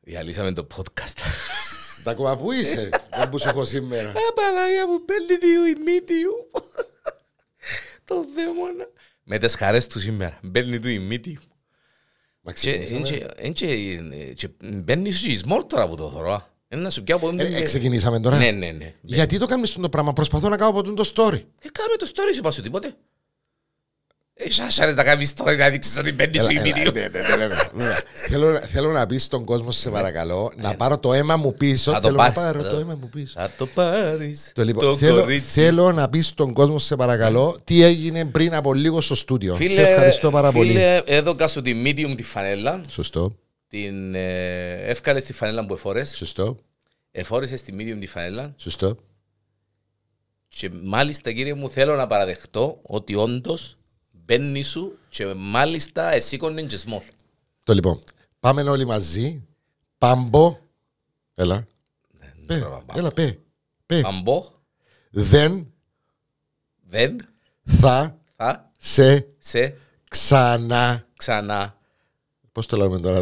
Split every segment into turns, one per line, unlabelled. Διαλύσαμε το podcast.
Τα ακόμα που είσαι, δεν που σου έχω σήμερα.
Απαλάγια μου παίρνει δύο ημίτιου. Το δαίμονα. Με τις χαρές του σήμερα. Μπαίνει του ημίτιου.
Μα
Και- εν
ξεκινήσαμε-
και- εν και- και Μπαίνει σου η σμόλτρα από το θωρό. Ένα να σου πιάω από τον...
Ε, ε, ξεκινήσαμε τώρα.
Ναι, ναι, ναι.
Γιατί το κάνεις το πράγμα, προσπαθώ να κάνω από τούτο το story.
Ε, κάμε το story, σου είπα σου τίποτε. Ε, σάσα ρε, τα κάνεις story να δείξεις ότι μπαίνει
Έλα,
σου
έλα,
ημίτιου.
ναι, ναι, ναι, ναι, ναι. Θέλω να- Θέλω να πεις στον κόσμο, σε παρακαλώ, να πάρω το αίμα μου πίσω.
Θα Ναι. το
Θέλω να
πάρεις,
πάρω
θα
το
το-
αίμα μου πίσω.
Θα το πάρεις
Το λοιπόν,
το
θέλω,
κορίτσι. Ναι.
θέλω να πεις στον κόσμο, σε παρακαλώ, τι έγινε πριν από λίγο στο στούντιο.
Φίλε,
σε ευχαριστώ πάρα πολύ.
Φίλε, έδωκα σου τη medium τη φανέλα.
Σωστό,
Την ε, εύκαλες τη φανέλα που εφόρες.
σωστό,
Εφόρεσες τη medium τη φανέλα.
σωστό.
Και μάλιστα κύριε μου θέλω να παραδεχτώ ότι όντως μπαίνει σου και μάλιστα εσύ και Ε, small.
Το λοιπόν, πάμε όλοι μαζί. Πάμπο. Έλα,
ναι,
πέ, Ε, έλα, πέ. πέ.
Παμπό,
Δεν
δεν
θα
θα
σε
σε
ξανά.
ξανά.
Πώς το λέμε τώρα,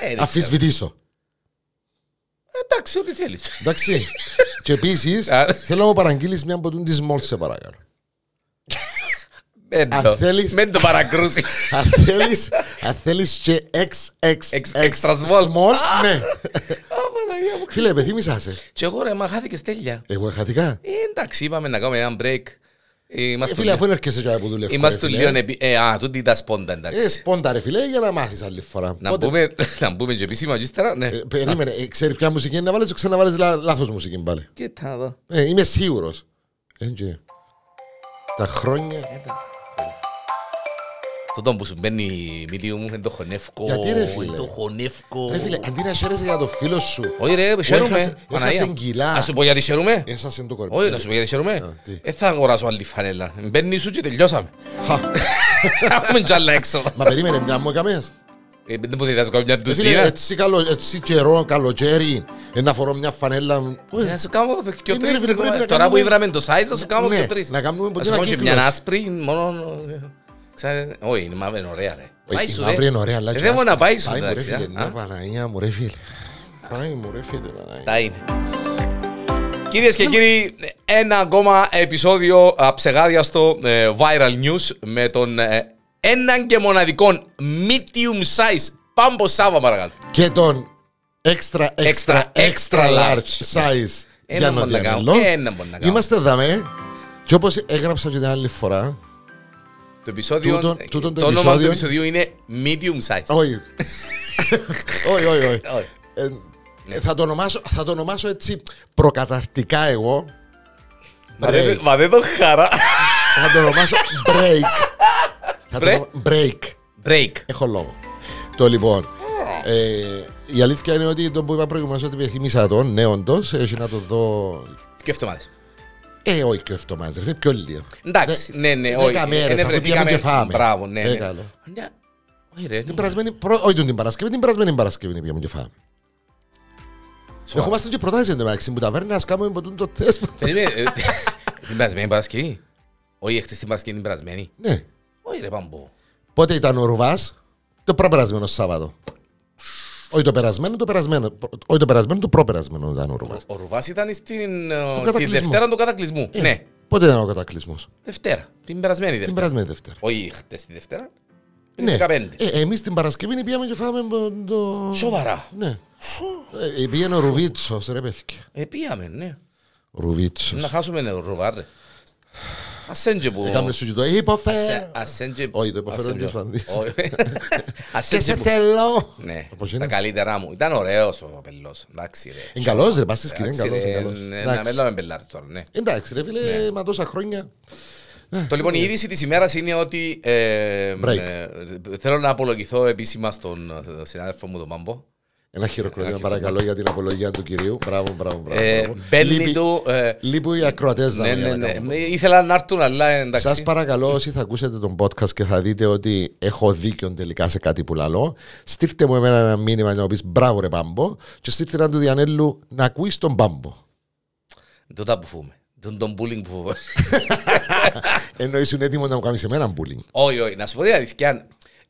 Ε, ρε,
Αφισβητήσω.
Εντάξει, ό,τι θέλεις.
Εντάξει. Και επίσης,
Α.
θέλω να μου παραγγείλεις μια από τη Μόλ, σε παρακαλώ.
Μεν
Αν
το,
θέλεις-
Ε, μεν το παρακρούσεις.
Αν θέλεις αν θέλεις και
Εξ-
XXX
extra small.
small, ναι.
Παναγία μου.
Φίλε, επιθύμησα σε.
Και εγώ ρε, μα χάθηκες τέλεια.
Εγώ εχαθήκα.
Ε, εντάξει, είπαμε να κάνουμε ένα break. Ε,
Ε,
Είμαστε
Φίλε,
λίγο-
αφού έρχεσαι και από δουλεύω.
είμαστε λίγο... επι- ε, Α, τούτη τα σπόντα, εντάξει.
Ε, σπόντα ρε φίλε, για να μάθεις άλλη φορά.
Να
Πότε-
μπούμε, να μπούμε και επίσημα και ύστερα, ναι.
Ε, Περίμενε, ε, ξέρεις ποια μουσική είναι να βάλεις και ξαναβάλεις λα- λάθος μουσική πάλι.
Και τα δω.
Ε, Είμαι σίγουρος. Ε, και- Τα χρόνια...
Τούτο που σου μπαίνει η μύτη μου, δεν το χωνεύκω.
Γιατί ρε, φίλε?
δεν Το χωνεύκω.
Ρε φίλε, αντί να χαίρεσαι για το φίλο σου,
Όχι ρε,
έχασε-
χαίρομαι.
έχασε κιλά.
Να σου πω γιατί χαίρομαι.
έσασε το κορμί.
Όχι, να σου πω γιατί χαίρομαι.
Α, τι.
Ε, θα αγοράσω άλλη φανέλα. Μπαίνει σου και τελειώσαμε.
Χα.
Έχουμε κι άλλα έξω.
Μα περίμενε, μια μου έκαμες.
Ε, Δεν μου διδάσκω μια
Ρε φίλε,
ντουσίνα.
έτσι καλο- έτσι καιρό, καλοκαίρι, ε, να φορώ μια φανέλα... Ε,
Να σου κάνω και
Ε, ναι, ρε,
τρεις.
φίλε, πρέπει
Τώρα
να
που
κάνουμε-
ήβραμε το size, θα σου κάνω
Ναι,
και τρεις.
να κάνουμε
Να
ποτέ
σου
ένα
πω και
κύκλο.
μια άσπρη, μόνο... Ξέρετε, Όχι, είναι μαύρη, είναι ωραία ρε. Πάει
Όχι,
σου
η μαύρη
ρε.
είναι ωραία, αλλά
Ε,
και
Δεν μπορώ να
άσπρη.
πάει σου
Πάει μου, ρε,
εντάξει. ε,
φίλε,
α.
ναι, Παναγία μου ρε φίλε. Πάει μου ρε φίλε, Παναγία.
Τα είναι. Κυρίες και κύριοι, ένα ακόμα επεισόδιο αψεγάδια στο ε, viral news με τον ε, έναν και μοναδικό medium size Πάμπο Σάβα, παρακαλώ.
και τον extra, extra,
Extra,
extra
large.
large
Ναι.
size
Ένα
για
μπορεί να κάνω,
διαγαλώ.
ένα μπορεί να κάνω.
Είμαστε δαμέ και όπως έγραψα και την άλλη φορά,
Το επεισόδιο. ε,
Τούτον- τούτον το
το όνομα του
επεισόδιο-
επεισοδίου είναι medium size.
όχι, όχι, όχι, όχι.
Όχι.
Ε, ε, θα, το ονομάσω, θα το ονομάσω έτσι προκαταρτικά εγώ,
Μα δεν-
break.
Μα δεν το χαρά.
θα το ονομάσω break. θα το
Break.
ονομα- break.
Break.
Έχω λόγο. Το λοιπόν. Ε, η αλήθεια είναι ότι το που είπα προηγουμένως ότι επιθυμήσα τον, ναι, όντως, έχει να το δω.
Και εβδομάδε.
Ε, όχι και αυτό μας, ρε φίλε, πιο λίγο.
Εντάξει,
Δε-
ναι, ναι,
δέκα
όχι.
μέρες, αφού πιάμε και φάμε.
Μπράβο, ναι. ναι.
Ε, καλό.
Μια- Όχι, ρε.
Την περασμένη, προ... όχι τον την Παρασκευή, την περασμένη Παρασκευή πήγαμε και φάμε.
Σοβαρά.
Έχουμε και προτάσεις εν τω μεταξύ που ταβέρνε, ας κάνουμε ποτούν το τεστ.
Περίμενε, ε, Την περασμένη Παρασκευή. Όχι, χτες την Παρασκευή την περασμένη.
Ναι.
Όχι ρε Παμπό.
Πότε ήταν ο Ρουβάς, το προπερασμένο Σάββατο. Όχι το περασμένο, το περασμένο. Όχι το περασμένο, το προπερασμένο ήταν ο Ρουβάς.
Ο Ρουβάς ήταν στην, ε, τη
κατακλυσμό.
Δευτέρα του κατακλυσμού.
Ε,
Ναι,
Πότε ήταν ο κατακλυσμός.
Δευτέρα. Την περασμένη
Την
Δευτέρα.
περασμένη Δευτέρα.
Όχι χτες τη Δευτέρα. Την
Ναι.
15.
Ε, Εμείς την Παρασκευή πήγαμε και φάμε το.
Σοβαρά.
Ναι. Ε, πήγαινε ο Ρουβίτσος, ρε παιδιά.
Ε, πήγαμε, ναι.
Ο Ρουβίτσος.
Να χάσουμε ναι, ο Ρουβά, ρε. Ας έντζε που...
Έκαμε Ε, σου και το υποφέρω.
Ας έντζε...
Όχι, το υποφέρω
ας έντζε-
της φαντής.
Όχι. Ας
Και
έντζε
σε
που-
θέλω.
Ναι,
Όπως
τα
είναι.
καλύτερά μου. Ήταν ωραίος ο πελός. Εντάξει, ρε.
Είναι καλός ρε, πας στη σκηνή, είναι
Εντάξει, ρε,
καλός, είναι καλός.
ναι, Να
Εντάξει.
με λέμε πελάρι τώρα, ναι.
Εντάξει ρε φίλε, μα τόσα χρόνια.
Το λοιπόν, η είδηση της ημέρας είναι ότι. ε,
Ε, Break.
ε, θέλω να απολογηθώ επίσημα στον ε, συνάδελφο μου τον Μάμπο.
Ένα χειροκρότημα
Ένα
παρακαλώ για την απολογία του κυρίου. Μπράβο, μπράβο,
Ε,
μπράβο.
Μπαίνει
Λείπει-
του. ε,
Λείπουν οι ακροατές να
Ναι,
μην
ναι, ναι.
ανακαλούν.
Ε, Ήθελα να έρθουν, αλλά
Σα
εντάξει.
παρακαλώ, όσοι θα ακούσετε τον podcast και θα δείτε ότι έχω δίκιο τελικά σε κάτι που λαλώ, στείλτε μου εμένα ένα μήνυμα να μου πεις μπράβο ρε πάμπο, και στείλτε έναν του Διανέλου να ακούεις τον πάμπο.
Τούτα που φούμε. Τον τον bullying που φούμε.
Ενώ ήσουν έτοιμο να μου κάνεις εμένα bullying.
Όχι, όχι. Να σου πω την αλήθεια.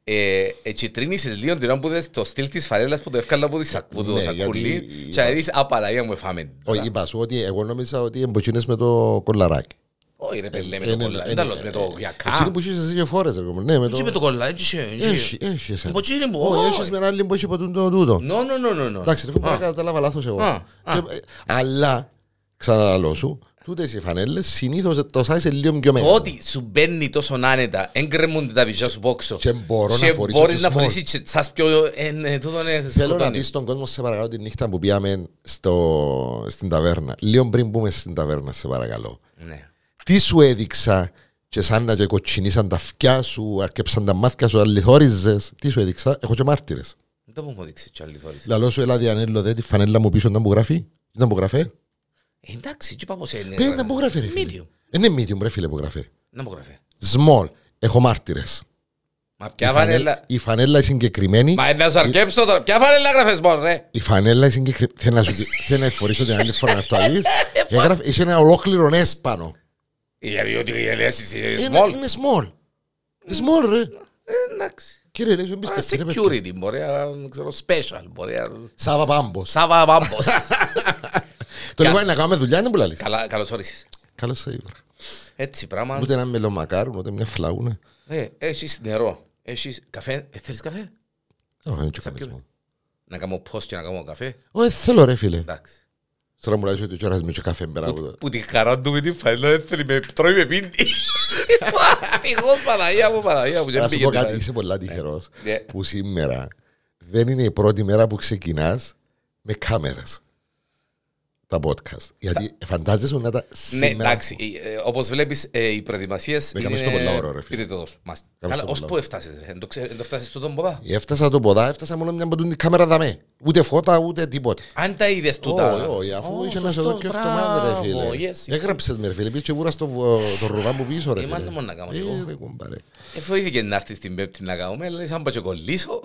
ε, ε, τσιτρίνησες λίγο την ώρα που είδες το στυλ της φαρέλας που το έφκαλα από τη σακού, το
Ναι,
σακούλι
γιατί-
και έδεις «Απαραγία μου εφάμε».
Όχι, είπα σου ότι εγώ νόμιζα ότι εμποκίνες με το κολαράκι.
Όχι ρε παιδί, με
Ε,
το
ναι,
κολλά,
ναι,
δεν
ναι,
τα λέω, με το γιακά.
Εκείνη που είσαι εσύ και φόρες, ρε κομμάτι. Ναι, με
Έτσι με
το... Ε,
το κολλά, έτσι έτσι.
Έχει, έχει εσένα.
Μποτσίνι μου,
Όχι,
όχι.
έχεις με ένα άλλη που έχει ποτούν το τούτο.
No, no, no, no, no.
Εντάξει, ρε φίλε, μπορεί
Α,
να καταλάβα λάθος εγώ.
Α, α.
Και- ε, Αλλά, ξαναλαλώ σου, τούτες οι φανέλες συνήθως το size είναι λίγο
Το
πιο μέγα.
ότι σου μπαίνει τόσο άνετα, εν κρεμούνται τα βυζιά σου πόξο.
Και μπορώ
Και
να φορήσω
μπορείς
και
να
small.
φορήσεις και τσάς πιο... ε, ναι, τούτο, ναι,
Θέλω να
σκοτώνει.
πεις στον κόσμο σε παρακαλώ τη νύχτα που πήγαμε στο, στην ταβέρνα. Λίγο πριν μπούμε στην ταβέρνα, σε παρακαλώ.
Ναι.
Τι σου έδειξα και σαν να και κοτσινίσαν τα αυτιά σου, αρκέψαν τα μάτια σου, αληθόριζες. Τι σου έδειξα, έχω και μάρτυρες.
Δεν το μου δείξει κι άλλη θόρυση.
Λαλό σου, έλα διανέλω δε τη φανέλα μου πίσω να μου γράφει. Να μου γράφε.
Εντάξει, τι είπα πως είναι.
Πέ, να μου γράφε ρε φίλε.
Ε, Medium.
Ε, Ναι, medium ρε φίλε που γράφε.
Να μου γράφε.
Small. Έχω μάρτυρες.
Μα
Η
ποια φανέλα...
Η φανέλα η συγκεκριμένη.
Μα ε, να σου αρκέψω τώρα. Ποια φανέλα γράφες μόνο ρε.
Η φανέλα η συγκεκριμένη. Θέλω να σου θέλω να εφορήσω την άλλη φορά να το δεις.
Ε,
Έγραφε, είχε ένα ολόκληρο νες πάνω.
Γιατί ότι η Ελέση είναι
Είναι
small. Ε,
είναι small. Είναι small, ρε.
Εντάξει.
Κύριε, λέει, σου
Άρα
εμπιστευτεί, ρε παιδί.
security μπορεί, α, δεν ξέρω, special μπορεί. α,
Σάβα Πάμπος.
Σάβα Πάμπος.
Το λοιπόν είναι να κάνουμε δουλειά, είναι που λαλείς.
Καλά, καλώς όρισες.
Καλώς σε ήβρα.
Έτσι πράγμα.
Ούτε ένα μελομακάρουν, ούτε μια φλαούνα.
Ε, Έχεις νερό. Έχεις καφέ. Ε, Θέλεις καφέ.
Ε, Όχι, δεν τσοκαλισμό.
πιούμε. Να κάνω post και να κάνω καφέ.
Ω, ε, θέλω ρε φίλε.
Εντάξει.
Τώρα μου λες ότι τώρα με καφέ μπέρα από το.
Που τη χαρά του με την φανέλα δεν θέλει με τρώει με πίνει. Εγώ Παναγία μου, Παναγία μου.
Να
δεν
σου πω
πήγαινε,
κάτι,
δηλαδή.
είσαι πολλά τυχερός
Ναι.
που σήμερα δεν είναι η πρώτη μέρα που ξεκινάς με κάμερες. Τα podcast. Γιατί φαντάζεσαι να τα
Ναι,
σήμερα...
εντάξει. ε, ε, Όπως βλέπεις ε, οι προετοιμασίες
Ναι, κάνεις το πολλά ώρα, ρε, φίλε.
πήρε το δώσου. Μάλιστα.
Κάνεις
Αλλά
το
ως
πολλά
πού έφτασες ρε. Εν το ξέ- εν το φτάσεις τούτον ποδά.
Έφτασα το ποδά, έφτασα μόνο μια από την κάμερα δαμέ. Ούτε φώτα, ούτε τίποτε.
Αν τα είδες
Όχι,
τούτα.
όχι, αφού
Ω,
είχε ένας
σωστός,
εδώ και εβδομάδες, ρε
μπράβο,
φίλε.
yes.
Έγραψες με, ρε φίλε, πήγες και βούρα στο βο- το ρουβά μου πίσω, ρε
Ε,
φίλε.
μα τι μόνο να κάνω
Ε,
κι εγώ.
ρε, κουμπάρε.
Ε, Φοήθηκε να έρθεις την πέμπτη να κάνουμε, αλλά αν πάω και κολλήσω.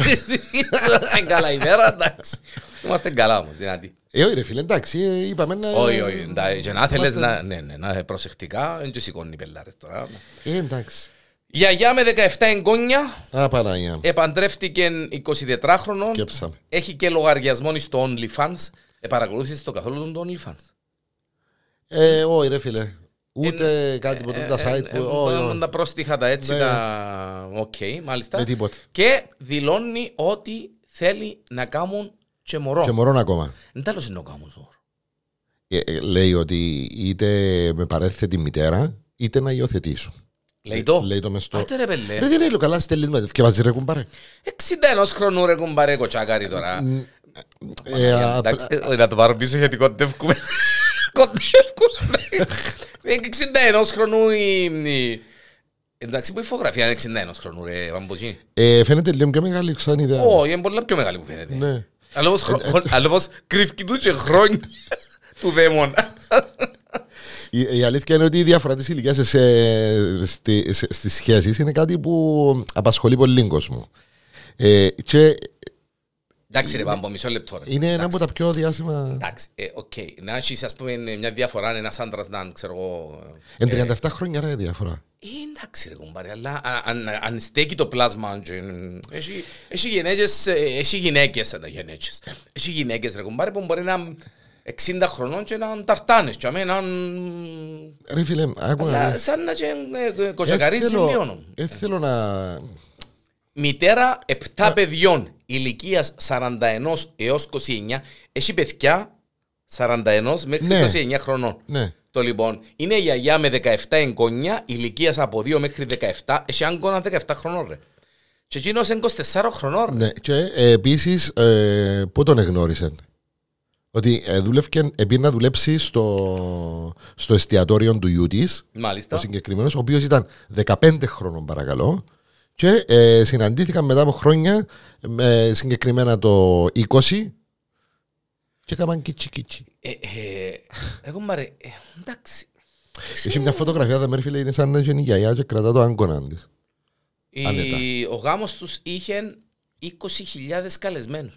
Είμαστε καλά ημέρα, εντάξει. Είμαστε καλά όμως, δυνατοί.
Ε, όχι, ρε φίλε, εντάξει, ε, είπαμε να.
Όχι, όχι, εντάξει, και να θέλεις
Είμαστε-
να, ναι, ναι, να είσαι προσεκτικά, δεν και σηκώνει οι πελάρες τώρα.
Ε, εντάξει.
Η Γιαγιά με 17 εγγόνια,
Α, Παναγία.
Ε, επαντρεύτηκε 24χρονο,
Κέψαμε.
έχει και λογαριασμό στο OnlyFans. Ε, παρακολούθησες το καθόλου τον OnlyFans.
Ε, όχι, ρε φίλε.
Ε,
Ούτε κάτι από τα site που. Όχι,
που...
όχι.
ε, Τα πρόστιχα τα έτσι,
Ναι.
τα... Οκ, μάλιστα.
Με τίποτε.
Και δηλώνει ότι θέλει να κάνουν και μωρό.
Και μωρών ακόμα.
Δεν τέλος είναι να κάνουν μωρό.
Ε, ε, Λέει ότι είτε με παρέθετη μητέρα, είτε να υιοθετήσω.
Λέει το.
Λέει το μες στο.
Άτε ρε πελέ.
Ρε, δεν είναι καλάς, στέλνεις μες, και βάζει ρε κουμπάρε.
61 χρονού ρε κουμπάρε κοτσάκαρι
Ναι,
τώρα.
Ε, α,
Εντάξει, ε, να το πάρω πίσω γιατί κοντεύκουμε. Κοντεύκουμε. Είναι 61 χρονού η... η- Εντάξει, που η φωτογραφία είναι 61 χρονού ρε Βαμποζίνη.
ε, Φαίνεται λίγο πιο μεγάλη ξανά ιδέα.
Όχι, είναι πολλά πιο μεγάλη που φαίνεται.
Ναι.
Αλλά όπως χρο- χρο- Αλλά όπως κρυφκεί του και χρόνια του δαίμονα.
Η, η αλήθεια είναι ότι η διαφορά της ηλικίας σε, σε, στη- σε- στις σχέσεις είναι κάτι που απασχολεί πολύ κόσμο. Ε, και
Εντάξει ρε Βαμπο, μισό λεπτό ρε.
είναι ένα από
Εντάξει.
τα πιο διάσημα.
Εντάξει, ε, οκ. Να έχεις ας πούμε μια διαφορά, ένας άντρας να είναι, ξέρω εγώ...
Εν 37 χρόνια ρε διαφορά.
Ε, εντάξει ρε κουμπάρε, αλλά α- αν, αν στέκει το πλάσμα και, ε, έχει, έχει γυναίκες, ε, έχει γυναίκες, ε, γυναίκες, έχει γυναίκες ρε κουμπάρε που μπορεί να είναι 60 χρονών και να είναι ταρτάνες και αμέ, να είναι-
Ρε φίλε, άκου να
αλλά
δεις.
σαν να και ε,
Ναι. Ε,
κοτσακαρίζει
θέλω-
μειώνω.
ε, θέλω να...
Μητέρα
Ε.
7 παιδιών ηλικίας 41 έως 29 έχει παιδιά 41 μέχρι
Ναι.
29 χρονών.
Ναι.
Το λοιπόν, είναι γιαγιά με 17 εγγόνια, ηλικίας από 2 μέχρι 17, έχει άγκονα 17 χρονών ρε. Και εκείνος είναι 24 χρονών ρε.
ναι. Και ε, επίσης, ε, πού τον εγνώρισαν. Ότι ε, δούλευκε, επήρε να δουλέψει στο, στο εστιατόριο του γιού της ο
Μάλιστα.
συγκεκριμένος, ο οποίος ήταν 15 χρόνων παρακαλώ. Και ε, συναντήθηκαν μετά από χρόνια, με συγκεκριμένα το 20, και έκαναν κίτσι κίτσι.
Ε, ε, Εγώ μ' αρέ... ε, εντάξει.
Έχει μια φωτογραφία, τα μέρη φίλε, είναι σαν να είναι η γιαγιά και κρατά το άγκονα της.
Η-
Άνετα.
Ο γάμος τους είχε 20.000 καλεσμένους.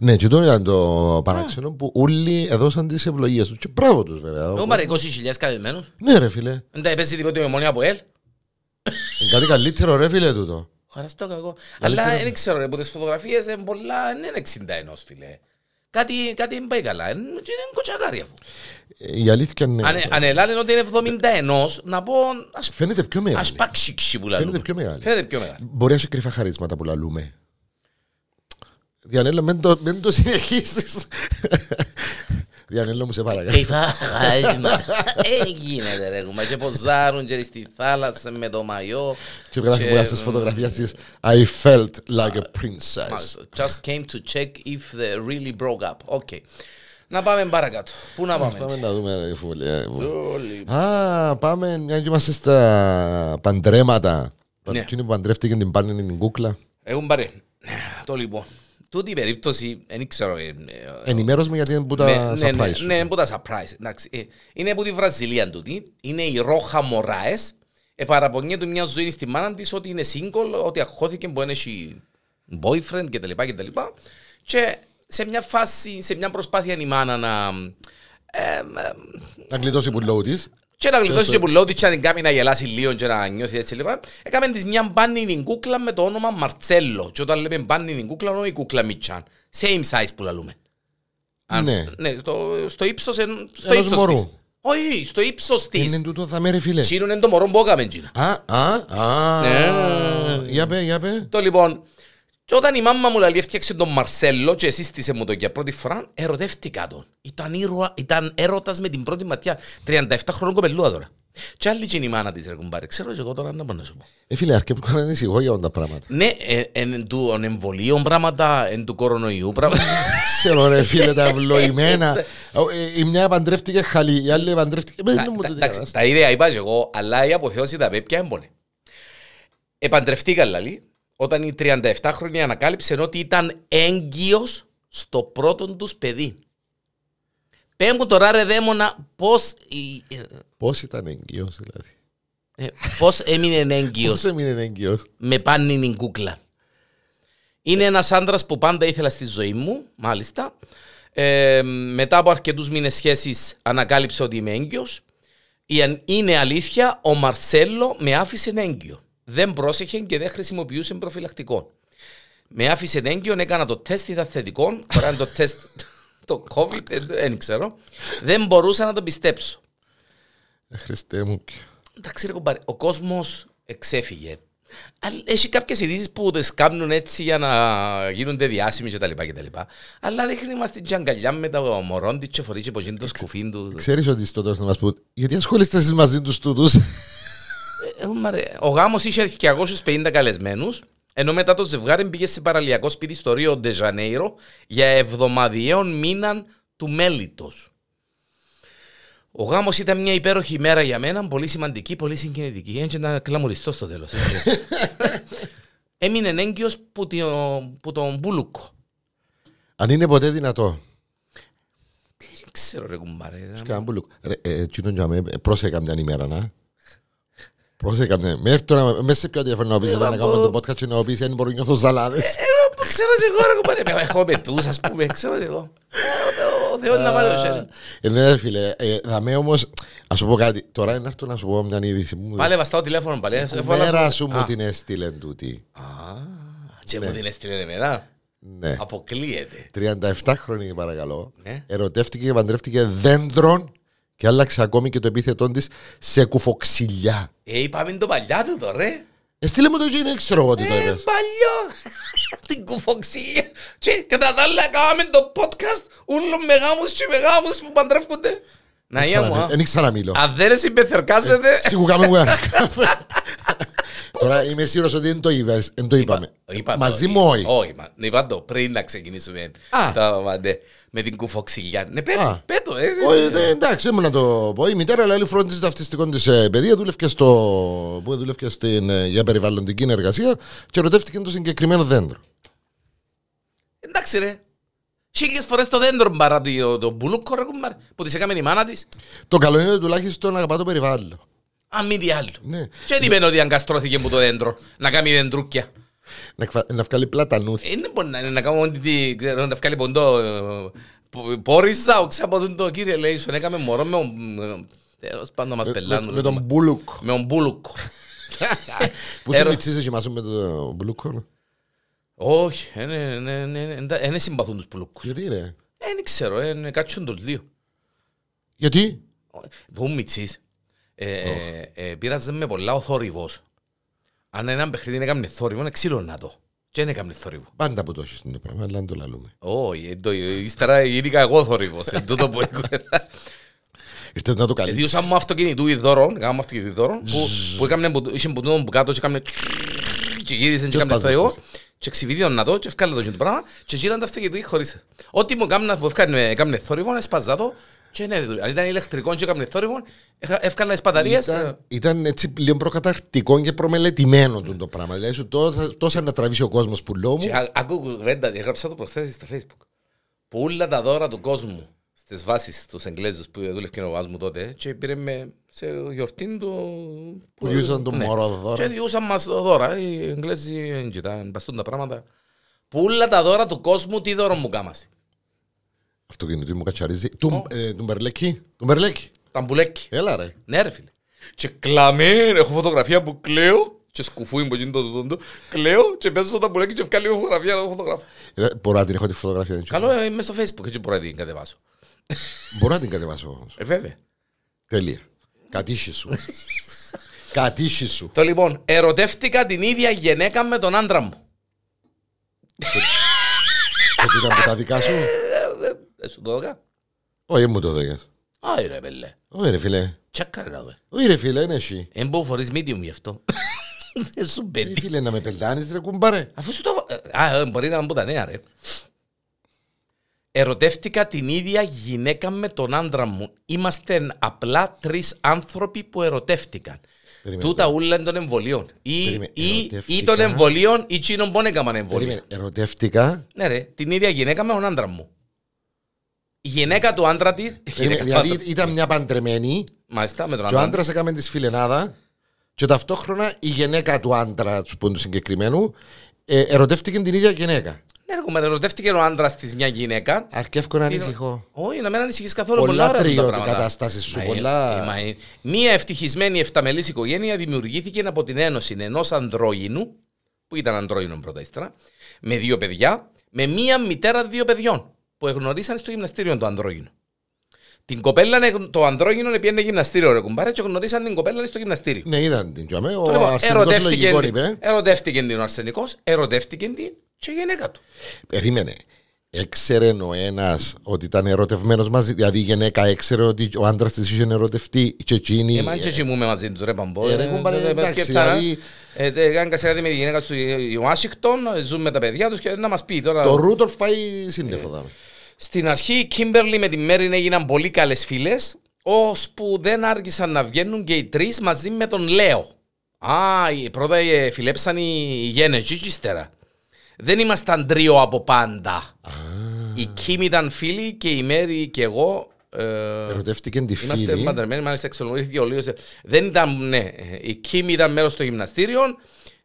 Ναι, και τώρα ήταν το παράξενο που όλοι έδωσαν τις ευλογίες τους. Και μπράβο τους βέβαια.
Εγώ μ' αρέ 20.000 καλεσμένους.
Ναι ρε φίλε,
Δεν τα έπαιζε τίποτα η ομονία από ελ.
είναι κάτι καλύτερο ρε φίλε τούτο.
Άρα στο κακό. Αλλά δεν ξέρω, ρε, από τις φωτογραφίες είναι πολλά, δεν είναι 61 φίλε. Κάτι, κάτι δεν πάει καλά. Είναι είναι κοτσακάρι αφού.
Η αλήθεια είναι.
Αν, αν ελάτε ότι είναι 71, να πω ας,
Φαίνεται πιο μεγάλη.
ας παξίξει που λαλούμε.
Φαίνεται πιο μεγάλη.
Φαίνεται πιο μεγάλη.
Μπορεί να έχει κρυφά χαρίσματα που λαλούμε. Διανέλα, μην το, μην το συνεχίσεις. Διανέλα μου, σε παρακαλώ.
Κρυφά χαρίσματα. Ε, γίνεται ρε κουμπά. Και ποζάρουν και στη θάλασσα με το μαγιό.
Και γράφει
Και-
που στις φωτογραφίες της I felt like a princess.
Just came to check if they really broke up. Οκ. Να πάμε παρακάτω. Πού να πάμε.
Πάμε
τι?
να δούμε. ρε, φούλη, ε, φούλη.
Όλοι.
Α, πάμε, μια και είμαστε στα παντρέματα.
Ναι.
Εκείνη που παντρεύτηκε την πάνε την κούκλα.
Έχουν πάρει. Το λοιπόν. Τούτη η περίπτωση, δεν ξέρω. ε, ε,
Ενημέρωσε με γιατί είναι που
ναι,
τα
ναι,
surprise
ναι,
σου.
ναι, που τα surprise. εντάξει. Ε, Είναι από τη Βραζιλία τούτη. Είναι η Ρόχα Μωράες. Ε, παραπονιέται μια ζωή στη μάνα της ότι είναι single, ότι αχώθηκε που έχει boyfriend κτλ. κτλ. Και σε μια φάση, σε μια προσπάθεια η μάνα να. ε, ε,
Να γλιτώσει που λόγω της.
και να γλιτώσει και που λέω ότι και να την κάνει να γελάσει λίγο και να νιώθει έτσι λίγο. Έκαμε της μια μπάνινη κούκλα με το όνομα Μαρτσέλο. Και όταν λέμε μπάνινη κούκλα, εννοώ η κούκλα Μιτσάν. Same size που λαλούμε. Αν-
Ναι.
το, στο ύψος, εν- στο
Ενός
ύψος
μωρού.
της. Όχι, στο ύψος
Είναι
της.
τούτο θα με ρε φίλε.
Τσίνουν είναι το μωρό που έκαμε τσίνα.
Α, α, α.
Ναι.
Για πέ, για πέ.
Το λοιπόν, και όταν η μάμα μου λέει έφτιαξε τον Μαρσέλο και σύστησε μου τον για πρώτη φορά, ερωτεύτηκα τον. Ήταν, ήρωα, ήταν έρωτας με την πρώτη ματιά. 37 χρόνων κοπελούα τώρα. Και άλλη και είναι η μάνα της ρε κουμπάρε. Ξέρω και εγώ τώρα να μπορώ να σου πω.
Ε, φίλε, αρκετά να ανησυχώ για όλα τα πράγματα.
Ναι, εν, εν του εμβολίων πράγματα, εν του κορονοϊού πράγματα.
Ξέρω ρε φίλε τα ευλογημένα. Ε, Η μια παντρεύτηκε χαλή, η άλλη παντρεύτηκε... Ε, δεν μου το
Τα- Εντάξει,
διαβάσεις.
τα ίδια είπα και εγώ, αλλά η αποθέωση τα πέπια έμπονε. Επαντρευτήκαν λαλή, όταν η 37 χρόνια ανακάλυψε ότι ήταν έγκυος στο πρώτο τους παιδί. Πες μου τώρα ρε δαίμονα πώς, η-
Πώς ήταν έγκυος δηλαδή.
ε, ε, πώς έμεινε έγκυος
Πώς έμεινε έγκυος.
με πάνινη κούκλα. Είναι ένας άντρας που πάντα ήθελα στη ζωή μου, μάλιστα. Ε, μετά από αρκετούς μήνες σχέσει, ανακάλυψε ότι είμαι έγκυος. Είναι αλήθεια, ο Μαρσέλο με άφησε έγκυο. Δεν πρόσεχε και δεν χρησιμοποιούσε προφυλακτικό. Με άφησε έγκυο, έκανα το τεστ, είδα θετικό. Τώρα είναι το τεστ το COVID, δεν- δεν ξέρω. Δεν μπορούσα να το πιστέψω.
Ε, Χριστέ μου.
Εντάξει, ρε κομπάρε, ο κόσμος εξέφυγε. Αλλά Έχει κάποιες ειδήσεις που τις κάνουν έτσι για να γίνονται διάσημοι κτλ. κτλ. Αλλά δεν είμαστε τζαγκαλιά με τα μωρόν της τσεφορή που γίνεται το σκουφίν τους.
Ξέρεις ότι στο τέλος να μας πούν γιατί ασχολείστε εσείς μαζί τους τούτους.
Ε, μα ρε, Ο γάμος είχε 250 καλεσμένους, ενώ μετά το ζευγάρι πήγε σε παραλιακό σπίτι στο Ρίο Ντεζανέιρο για εβδομαδιαίων μήναν του μέλητος. Ο γάμος ήταν μια υπέροχη μέρα για μένα, πολύ σημαντική, πολύ συγκινητική. Έτσι να κλαμουριστώ στο τέλος. Έμεινε έγκυος που, το- που τον Μπούλουκο.
Αν είναι ποτέ δυνατό.
Δεν ξέρω, ρε κουμπάρε.
Σκάμπουλουκ. Ρε, ε, εκείνον για μέ- ε, πρόσεχε μια ημέρα, να. Πρόσεχε καμιά. Μέχρι τώρα, μέσα σε ποιο τηλέφωνο να πεις,
Ε,
να
μα,
κάνουμε
πω.
το podcast και να πεις, δεν μπορώ να νιώθω ζαλάδες.
Ξέρω, που Ε, ξέρω και εγώ, ρε κουμπάρε. Ε, Έχω πετούς, ας πούμε, ξέρω και εγώ. Ε, Ο- ο- Ο Θεός να βάλει το χέρι.
Ε, ναι, ρε, φίλε, ε, δαμέ όμως, ας σου πω κάτι. Τώρα είναι αυτό να σου πω μια είδηση. Μου-
Πάλε βαστάω τηλέφωνο πάλι. ε, σε
Μέρα
φωνάζω.
σου μου
Α,
την Ναι. έστειλε τούτη.
Και μου την έστειλε εμένα.
Ναι.
Αποκλείεται.
37 χρόνια παρακαλώ.
Ναι.
Ερωτεύτηκε και παντρεύτηκε δέντρων και άλλαξε ακόμη και το επίθετό της σε κουφοξιλιά.
Ε, είπαμε το παλιά του τώρα, ρε.
Εστείλε μου το γίνει, δεν ξέρω εγώ τι το
Ε,
είπες.
παλιό. Την κουφοξίλια. Και κατά τα άλλα κάναμε το podcast ούλων μεγάμους και μεγάμους που παντρεύκονται. Να
Δεν
είναι μου,
ξανα- ε,
α.
Δεν Ε, ήξερα να μιλώ.
Αν δεν εσύ πεθερκάζεται...
Σίγουρα κάμε μου ένα καφέ. Τώρα είμαι σίγουρος ότι δεν το είπες, δεν το είπαμε.
Ε, Είπα το,
Μαζί
είπα-
μου όχι.
Όχι, μα- ναι, είπα το πριν να ξεκινήσουμε
Α.
τα- μα, ναι, με την κουφοξιλιά. Ναι, πέτω,
Α.
πέτω. ε,
Όχι, ε, εντάξει, ήμουν να το πω. Η μητέρα λέει φρόντιζε το αυτιστικό τη παιδεία, δούλευε και στο. που δούλευε και στην, ε, για περιβαλλοντική εργασία και ερωτεύτηκε το συγκεκριμένο δέντρο.
Εντάξει ρε. Χίλιες φορές το δέντρο μπαρά το, το μπουλούκο ρε κουμπάρ που της έκαμε η μάνα της.
Το καλό είναι ότι τουλάχιστον αγαπά το περιβάλλον.
Αν μη τι άλλο.
Ναι.
Και δεν είπε ότι αγκαστρώθηκε που το δέντρο να κάνει δεντρούκια.
Να, κφα- να βγάλει πλατανούθι.
Ε, Δεν μπορεί να είναι να κάνω ό,τι τι, ξέρω να βγάλει ποντό. ε, πο- Πόρισα, ο ξάποτον το κύριε λέει, σου έκαμε μωρό με ο- ε, τέλος πάντων μας
Με,
πελάνουν.
με τον Μπούλουκ.
Με τον μπουλούκο.
Πού σου
Ερω-
μιτσίζεις και μάσουν με το ναι. μπλούκο.
Όχι, δεν συμπαθούν τους πουλούκους.
Γιατί ρε.
Δεν ξέρω, είναι κάτσουν τους δύο.
Γιατί.
Που μητσής, ε, ε, ε, πείραζε με πολλά ο θόρυβος. Αν ένα παιχνίδι έκαμε θόρυβο, να ξύλωνα το. Και δεν έκαμε θόρυβο.
Πάντα που το έχεις είναι το πράγμα, αλλά δεν το λαλούμε.
Όχι, εν το- ύστερα γίνηκα εγώ θόρυβος. Εν τούτο που έκανα.
Ήρθες να το
Ε,
καλύψεις.
Διούσαμε αυτοκινητού ειδώρων, έκαμε αυτοκινητόρων, που, που έκαμε, που, είχε που τούτο που κάτω και έκαμε και γύρισε και
Και
έκαμε
σπάζεσαι.
θόρυβο και ξυβίδιωνα το και έφκαλε το και το πράγμα και γύραν τα αυτοκινητού χωρίς. Ό,τι μου έκανα που έφκανε- έκαμε θόρυβο, έσπαζα το και ναι, αν ήταν ηλεκτρικό και έκαμε θόρυβο, έχα- έφκανα τις μπαταρίες.
Ήταν, ήταν έτσι λίγο προκαταρκτικό και προμελετημένο τούτο το πράγμα. Δηλαδή σου τόσα, τόσα να τραβήσει ο κόσμος που λέω μου.
Και α- Ακούω κουβέντα, έγραψα το προσθέσει στο facebook. Που όλα τα δώρα του κόσμου στις βάσεις στους Εγγλέζους που δούλευε ο βάσμου τότε και πήρε με σε γιορτή του... Ναι.
Που διούσαν το μωρό δώρο.
Και διούσαν μας το δώρα. Οι Εγγλέζοι δεν κοιτάνε, μπαστούν τα πράγματα. Που όλα τα δώρα του κόσμου τι δώρο μου κάμασε.
Αυτοκινητή μου κατσαρίζει. Του, ε, του Μπερλέκη. Του Μπερλέκη.
Τα μπουλέκι.
Έλα ρε.
Ναι ρε φίλε. Και κλαμμέν, έχω φωτογραφία που κλαίω και σκουφούει που γίνεται το τούντο. Κλαίω και παίζω στο ταμπουλέκι και βγάλω φωτογραφία να το φωτογράφω.
Ε, Μπορώ να την έχω τη φωτογραφία. δεν ξέρω.
Καλό ε, είμαι στο facebook και μπορώ να την κατεβάσω.
Μπορώ να την κατεβάσω όμως.
Ε, βέβαια.
Τέλεια. Κατήσι σου. Κατήσι σου.
Το λοιπόν, ερωτεύτηκα την ίδια γυναίκα με τον άντρα μου.
Σε τι ήταν που τα δικά σου.
Δεν σου το έδωκα.
Όχι, μου το δέγες.
Άι ρε πέλε.
Όχι ρε φίλε.
Τσάκαρε να δω.
Όχι ρε φίλε, είναι εσύ.
Εν πω φορείς medium γι' αυτό. Δεν σου
Ρε
μπαίνει.
φίλε, να με πελτάνεις ρε κουμπάρε.
Αφού σου το... Α, ε, μπορεί να μου τα νέα ρε. Ερωτεύτηκα την ίδια γυναίκα με τον άντρα μου. Είμαστε απλά τρεις άνθρωποι που ερωτεύτηκαν.
Περίμενε.
Τούτα ούλα είναι των εμβολίων. Ή,
Περίμενε.
ή, ή των
Ερωτεύτηκα.
εμβολίων ή τσίνων που δεν έκαναν εμβολίο.
Περίμενε, ερωτεύτηκα.
Ναι, ρε, την ίδια γυναίκα με τον άντρα μου. Η γυναίκα του άντρα της.
Περίμενε, Δηλαδή ήταν μια παντρεμένη
Μάλιστα, με τον
και ο
άντρα. της.
άντρας έκαμε της φιλενάδα και ταυτόχρονα η γυναίκα του άντρα του που είναι του συγκεκριμένου ε, ερωτεύτηκε την ίδια γυναίκα.
Ναι, ρε, κουμπάρε, ερωτεύτηκε ο άντρας της μια γυναίκα.
Αρκεύκω να ανησυχώ.
Όχι, να μην ανησυχείς καθόλου.
Πολλά
Πολλά, ωραία τούτα
τριώτη
πράγματα.
καταστάσεις σου,
Μα, ε,
πολλά-
ε, μα, ε, Μία ευτυχισμένη εφταμελής οικογένεια δημιουργήθηκε από την ένωση ενός ανδρόγινου, που ήταν ανδρόγινο πρώτα ύστερα, με δύο παιδιά, με μία μητέρα δύο παιδιών, που εγνωρίσαν στο γυμναστήριο το ανδρόγινο. Την κοπέλα, νε- το ανδρόγινο πιένε γυμναστήριο, ρε κουμπάρε, και γνωρίσαν την κοπέλα στο γυμναστήριο.
Ναι, είδαν την τζαμέ. Ο
Το λοιπόν,
αρσενικός
ερωτεύτηκε
λογικός
την-
είπε. ε.
Ερωτεύτηκε την ο αρσενικός, ερωτεύτηκε την και η γυναίκα του.
Περίμενε. Έξερε ο ένας ότι ήταν ερωτευμένος μαζί. Δηλαδή η γυναίκα έξερε ότι ο άντρας της είχε ερωτευτεί και εκείνη.
Εμάν Ε, και κοιμούμε μαζί τους, ρε παμπό.
ε, ρε, κουμπάρε, εντάξει, δηλαδή-
Ε, Έκανε κάτι με τη γυναίκα του η η Ουάσιγκτον, ε, ζουν με τα παιδιά τους και να μας πει τώρα.
Το Ρούτορφ πάει
Ε,
σύννεφο. δάμε.
Στην αρχή η Κίμπερλι με τη Μέριν έγιναν πολύ καλές φίλες, ώσπου δεν άργησαν να βγαίνουν και οι τρεις μαζί με τον Λέο. Α, η- πρώτα ε, φιλέψαν οι Γένετζι και ύστερα. Δεν ήμασταν τρίο από πάντα. Η Κίμ ήταν φίλη και η Μέρι και εγώ. ε,
Ερωτεύτηκε τη
Είμαστε
φίλη.
παντρεμένοι, μάλιστα εξολογήθηκε ο Λίος. Δεν ήταν, ναι, η Κίμ ήταν μέρος των γυμναστήριων.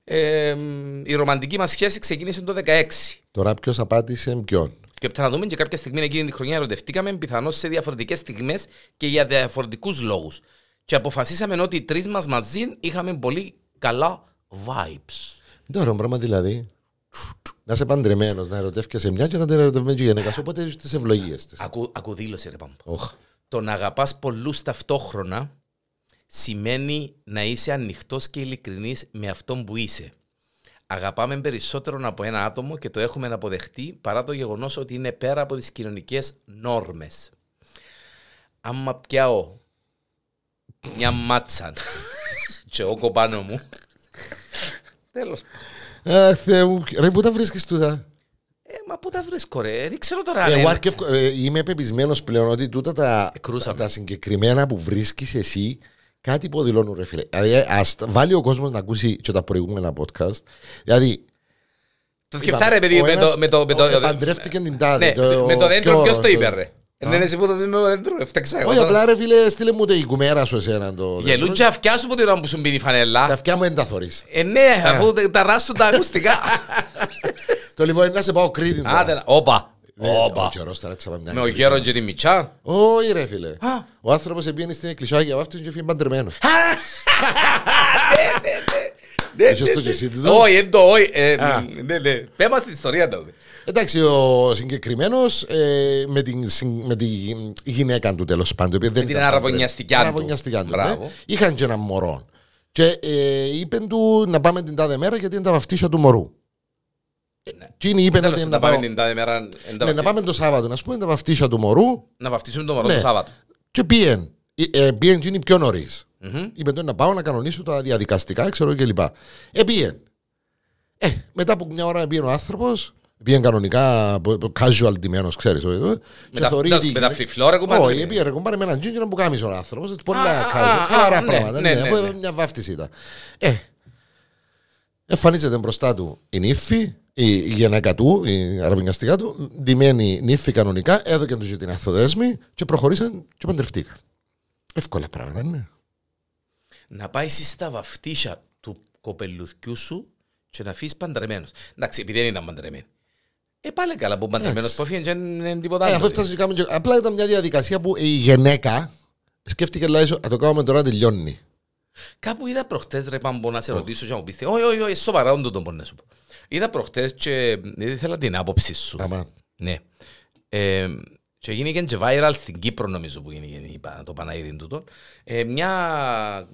Ε, η ρομαντική μας σχέση ξεκίνησε το 16.
Τώρα ποιος απάντησε ποιον.
Και θα δούμε και κάποια στιγμή εκείνη τη χρονιά ερωτευτήκαμε πιθανώς σε διαφορετικές στιγμές και για διαφορετικούς λόγους. Και αποφασίσαμε ότι οι τρεις μας μαζί είχαμε πολύ καλά vibes.
Είναι ωραίο πράγμα δηλαδή. Να είσαι παντρεμένος, να ερωτεύκεσαι μια και να την ερωτευμένη και η γυναίκα σου. Οπότε τις ευλογίες της.
Ακού, ακού δήλωση ρε Παμπό. Το να αγαπάς πολλούς ταυτόχρονα σημαίνει να είσαι ανοιχτός και ειλικρινής με αυτόν που είσαι. Αγαπάμε περισσότερο από ένα άτομο και το έχουμε αποδεχτεί παρά το γεγονός ότι είναι πέρα από τις κοινωνικές νόρμες. Άμα πιάω μια μάτσα και όκο πάνω μου, τέλος.
Ε, Θεέ μου, ρε, πού τα βρίσκεις τούτα.
Ε, μα πού τα βρίσκω ρε, δεν ξέρω τώρα.
Εγώ
ρε. Ε,
αρκεύκω- ε, είμαι πεπισμένος πλέον ότι τούτα τα,
Εκρούσαμε.
τα συγκεκριμένα που βρίσκεις εσύ κάτι που δηλώνουν ρε φίλε. Δηλαδή, ας τα- βάλει ο κόσμος να ακούσει και τα προηγούμενα podcast. Δηλαδή,
Το σκεπτά
είπαμε,
ρε παιδί
ο
με
ένας-
το... Με το, με το-
ο- παντρεύτηκε την τάδε.
Ναι,
το-
με
ο
το δέντρο
πιο-
ποιος το είπε
το-
ρε. Ναι, ναι, εσύ που το με το δέντρο, έφταξα εγώ.
Όχι,
τώρα.
απλά ρε φίλε, στείλε μου το η κουμέρα σου εσένα. Το δέντρο.
Γελούν και αυτιά σου που την ώρα που σου μπει η
Τα
φανελά.
αυτιά μου δεν τα θωρείς.
Ε, ναι, αφού τα- τα ράσουν τα ακουστικά.
Το λοιπόν είναι να σε πάω Κρήτη. τώρα.
Άντε, να- όπα.
Ναι, Ο
Όπα.
καιρός τώρα έτσι θα πάμε μια
Με ο
άλλη
γέρο και τη μιτσά.
Όχι ρε φίλε.
Α.
Ο άνθρωπος επήγαινε στην εκκλησιά για βάφτιση και φύγει παντρεμένος. Είχες το και εσύ της,
Όχι, δεν το, όχι. ε,
Α.
Ναι, ναι. Πες μας την ιστορία να δούμε.
Εντάξει, ο συγκεκριμένος με, την, συν- με τη γυναίκα του τέλος πάντων. Με
την αραβωνιαστικιά του.
Αραβωνιαστικιά του. Ναι,
Μπράβο.
είχαν και ένα μωρό. Και ε, είπε του να πάμε την τάδε μέρα γιατί είναι τα βαφτίσια του μωρού. Τι είναι, είπε
Ναι. Τέλος,
ότι
να
να
πάμε
πάω-
την τάδε μέρα, εν τα
ναι, να
βαφτί-
πάμε το Σάββατο, να πούμε, τα βαφτίσια του μωρού
να βαφτίσουμε το μωρό
Ναι.
το Σάββατο.
και πιέν. Ε, ε, πιέν γίνει πιο νωρίς.
Μμμ.
Είπε του να πάω να κανονίσω τα διαδικαστικά, ξέρω και λοιπά. Ε, πιέν. Ε, μετά από μια ώρα πήγαινε ο άνθρωπος, πήγαινε κανονικά, πο- πο- casual ντυμένο, ξέρει.
Με τα- εντάξει, με τα φλιφλόρ, εγώ πάλι,
Όχι,
ναι.
πήγαινε κουμπάρε με έναν τζίντζι να μπουκάμισε ο άνθρωπος.
Α,
Πολλά
α,
casual,
α,
χαλαρά
ναι,
πράγματα.
ναι,
ναι,
ναι,
αφού
ναι.
Μια βάφτιση ήταν. Ε, εμφανίζεται μπροστά του η νύφη, η η γυναίκα του, η αραβωνιαστικά του, ντυμένη νύφη κανονικά, έδωκε του την αθοδέσμη και προχωρήσαν και παντρευτήκαν. Εύκολα πράγματα, ναι.
Να πάει εσύ στα βαφτίσια του κοπελουθιού σου και να αφήσει παντρεμένος. Εντάξει, επειδή δεν ήταν παντρεμένο. Ε, πάλι καλά που παντρεμένος
Εντάξει.
που έφυγε, δεν είναι τίποτα
Ε,
άλλο.
αφού έφτασε και κάμε και- Απλά ήταν μια διαδικασία που η γυναίκα σκέφτηκε, λέει, «Ας, το κάνουμε τώρα να τελειώνει.
Κάπου είδα προχτές, ρε Πάμπο, να σε ρωτήσω και να μου πείτε. Όχι, όχι, όχι, ε, σοβαρά, όντω τον μπορεί να σου πω. Είδα προχτές και ε, ήθελα την άποψη σου.
Αμά.
Ναι. Ε, και γίνηκε και viral στην Κύπρο, νομίζω που γίνηκε η πα- το Παναγύριν τούτο. Ε, μια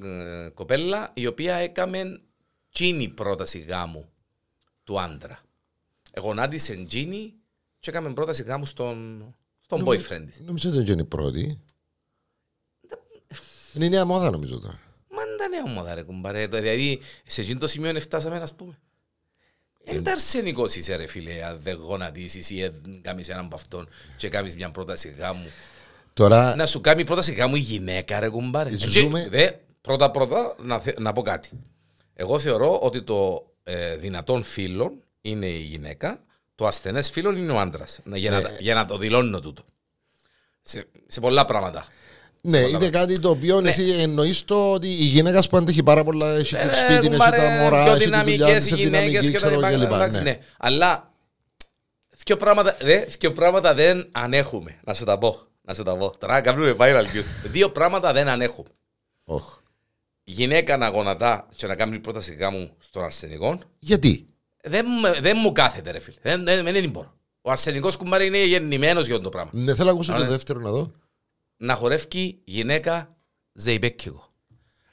ε, κοπέλα η οποία έκαμε τσίνη πρόταση γάμου του άντρα. Γονάτισε τσίνη και έκαμε πρόταση γάμου στον, στον boyfriend της.
Νομίζω ότι δεν είναι η πρώτη. Είναι η νέα μόδα, νομίζω τώρα.
Μα δεν τα νέα μόδα ρε κουμπάρε. Το- Δηλαδή σε εκείνο το σημείο φτάσαμε να πούμε. Δεν τα αρσενικός είσαι ρε φίλε, αν δεν γονατίσεις ή αν κάνεις έναν από αυτόν και κάνεις μια πρόταση γάμου.
Τώρα,
να σου κάνει πρόταση γάμου η γυναίκα, ρε κουμπάρε.
Ζούμε-
Και, Δε, πρώτα πρώτα να, θε- να πω κάτι. Εγώ θεωρώ ότι το ε, δυνατόν φίλον είναι η γυναίκα, το ασθενές φίλον είναι ο άντρας. Για,
Ναι.
να, τα- για να το δηλώνω τούτο. Σε, σε πολλά πράγματα.
ναι, είναι κάτι το οποίο
Ναι.
εσύ εννοείς το ότι η γυναίκα που αντέχει πάρα πολλά, έχει το σπίτι, έχει τα μωρά,
Ε, πιο
έχει τη δουλειά,
δυναμικές
της,
οι
είναι
γυναίκες και
δυναμική,
τα
ξέρω
λοιπά.
και λοιπά.
εντάξει,
ναι.
ναι. Αλλά δυο πράγματα, δε, δυο πράγματα δεν ανέχουμε. Να σου τα πω. Να σου τα πω. Τώρα κάνουμε viral views. Δύο πράγματα δεν ανέχουμε.
Όχ.
γυναίκα να γονατά και να κάνει πρόταση γάμου στον αρσενικό,
Γιατί,
δεν, με- δεν μου κάθεται, ρε φίλε. Δεν, δεν, δεν μπορώ. Ο αρσενικός κουμπάρι είναι γεννημένος για το πράγμα.
ναι, θέλω να ακούσω
Α,
το
ναι.
δεύτερο να δω.
Να χορεύει γυναίκα ζεϊπέκικο.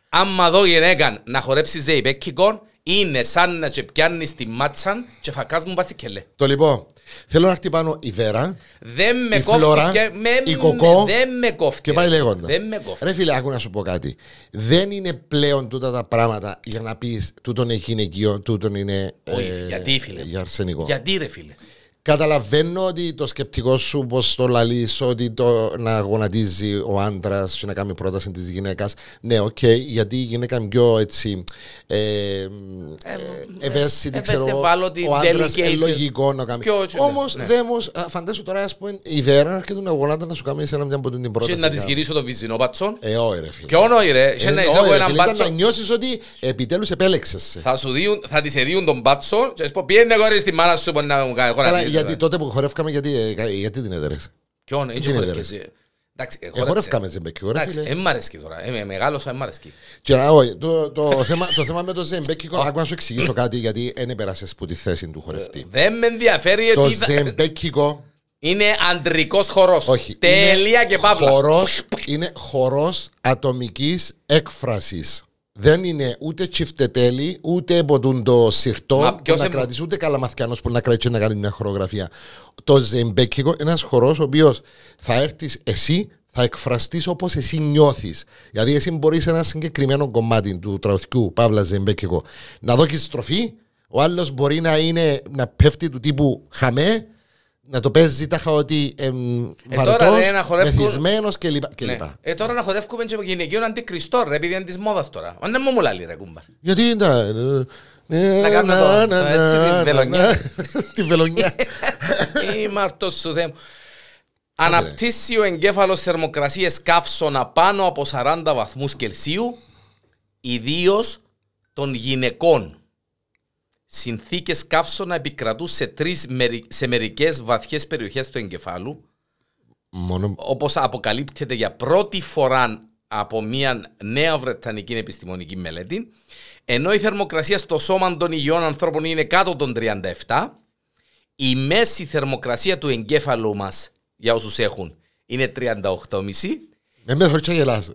Άμα δω γυναίκα να χορέψει ζεϊπέκικο, είναι σαν να σε πιάνει τη μάτσα και φακάς μου πας στη κελέ.
Το λοιπόν, θέλω να χτυπάνω η Βέρα
Δεν με
Η
κόφτει
Φλόρα,
και με-
η Κοκό
δεν με κόφτει.
και
ρε.
πάει λέγοντας.
Ε, Δεν με κόφτει.
Ρε φίλε, άκου να σου πω κάτι. Δεν είναι πλέον τούτα τα πράγματα για να πεις τούτον είναι γυναικείο, τούτον είναι. ε,
Όχι, γιατί, φίλε.
Για αρσενικό.
Γιατί ρε φίλε.
Καταλαβαίνω ότι το σκεπτικό σου πω το λαλείς, ότι το να γονατίζει ο άντρας και να κάνει πρόταση της γυναίκας. Ναι, οκ, γιατί η γυναίκα είναι πιο έτσι. Ε, ε, ευαίσθητη,
ε,
ξέρω εγώ.
ευαισθητευάλωτη,
Ο άντρας
delicate.
είναι λογικό να κάνει.
Πιο έτσι, ναι,
Όμω,
ναι.
δέμο, φαντάσου τώρα, ας πούμε, η Βέρα αρκετού να γονάτα να σου κάνει σε ένα μια από την
Και
πρόταση.
να της γυρίσω το βυζινό πατσόν.
Ε, όχι, ρε φίλε.
Και όνοι ρε. Και
Ε,
να
όχι,
εισάγω
ρε
έναν
φίλε, ήταν
μπάτσο.
να νιώσεις ότι επιτέλους επέλεξε.
Θα, σου δίουν, θα της εδίουν τον μπάτσο και θα της πω πιένε κόρη στη μάνα σου που είναι να μου κάνει
Καλά,
γονατίζεις.
γιατί τότε που χορεύκαμε, γιατί, ε, κα- γιατί την έδερες.
Ποιον, έτσι
γίνεται,
χορεύκες. ε. Εντάξει, ε,
Ε,
χορεύκες.
χορεύκαμε ζεμπέκι, ρε
Εντάξει,
φίλε.
δεν μ' αρέσκει τώρα. Ε, με- μεγάλωσα, δεν μ' αρέσκει.
Και να, όχι, το, το, θέμα, το θέμα με το ζεμπέκικο, άκου να σου εξηγήσω κάτι, γιατί δεν επέρασες που τη θέση του χορευτή.
Δεν με ενδιαφέρει
το
ότι θα-
ζεμπέκικο,
είναι αντρικός χορός.
όχι.
Τελεία και παύλα.
Χορός, είναι χορός ατομικής έκφρασης. Δεν είναι ούτε τσιφτετέλη, ούτε ποτούν το σιρτό
Μα
που
ποιος
να
εμ-
κρατήσει, ούτε καλαμαθιάνος που να κρατήσει να κάνει μια χορογραφία. Το ζεμπέκικο είναι ένας χορός ο οποίος θα έρθεις εσύ, θα εκφραστείς όπως εσύ νιώθεις. Δηλαδή εσύ μπορείς σε ένα συγκεκριμένο κομμάτι του τραγουδικού, παύλα ζεμπέκικο, να δώσεις στροφή, ο άλλος μπορεί να, είναι, να πέφτει του τύπου χαμέ, να το παίζεις τάχα ότι εμ,
Ε, τώρα
βαρετός,
ρε, να χορεύκουν-
μεθυσμένος κλπ.
Ναι.
κλπ.
Ε, τώρα να χορεύκουμε και γυναικείων αντικριστό, ρε, επειδή είναι της μόδας τώρα. Μα δεν μου λαλεί, ρε, κούμπα.
Γιατί είναι τα... ε,
Να κάνουμε
να,
το-
να,
το έτσι,
να,
την
να,
βελονιά.
να. Τη βελονιά.
Ή μαρτός σου Θεέ μου. Αναπτύσσει ο εγκέφαλος θερμοκρασίες καύσωνα πάνω από 40 βαθμούς Κελσίου, ιδίως των γυναικών. Συνθήκες καύσωνα επικρατούν σε, τρεις, μερι- σε μερικές βαθιές περιοχές του εγκεφάλου,
Μόνο
όπως αποκαλύπτεται για πρώτη φορά από μια νέα Βρετανική επιστημονική μελέτη, ενώ η θερμοκρασία στο σώμα των υγιών ανθρώπων είναι κάτω των 37, η μέση θερμοκρασία του εγκέφαλου μας, για όσους έχουν, είναι 38,5.
Ε, Με μέσα χωρίς να γελάς.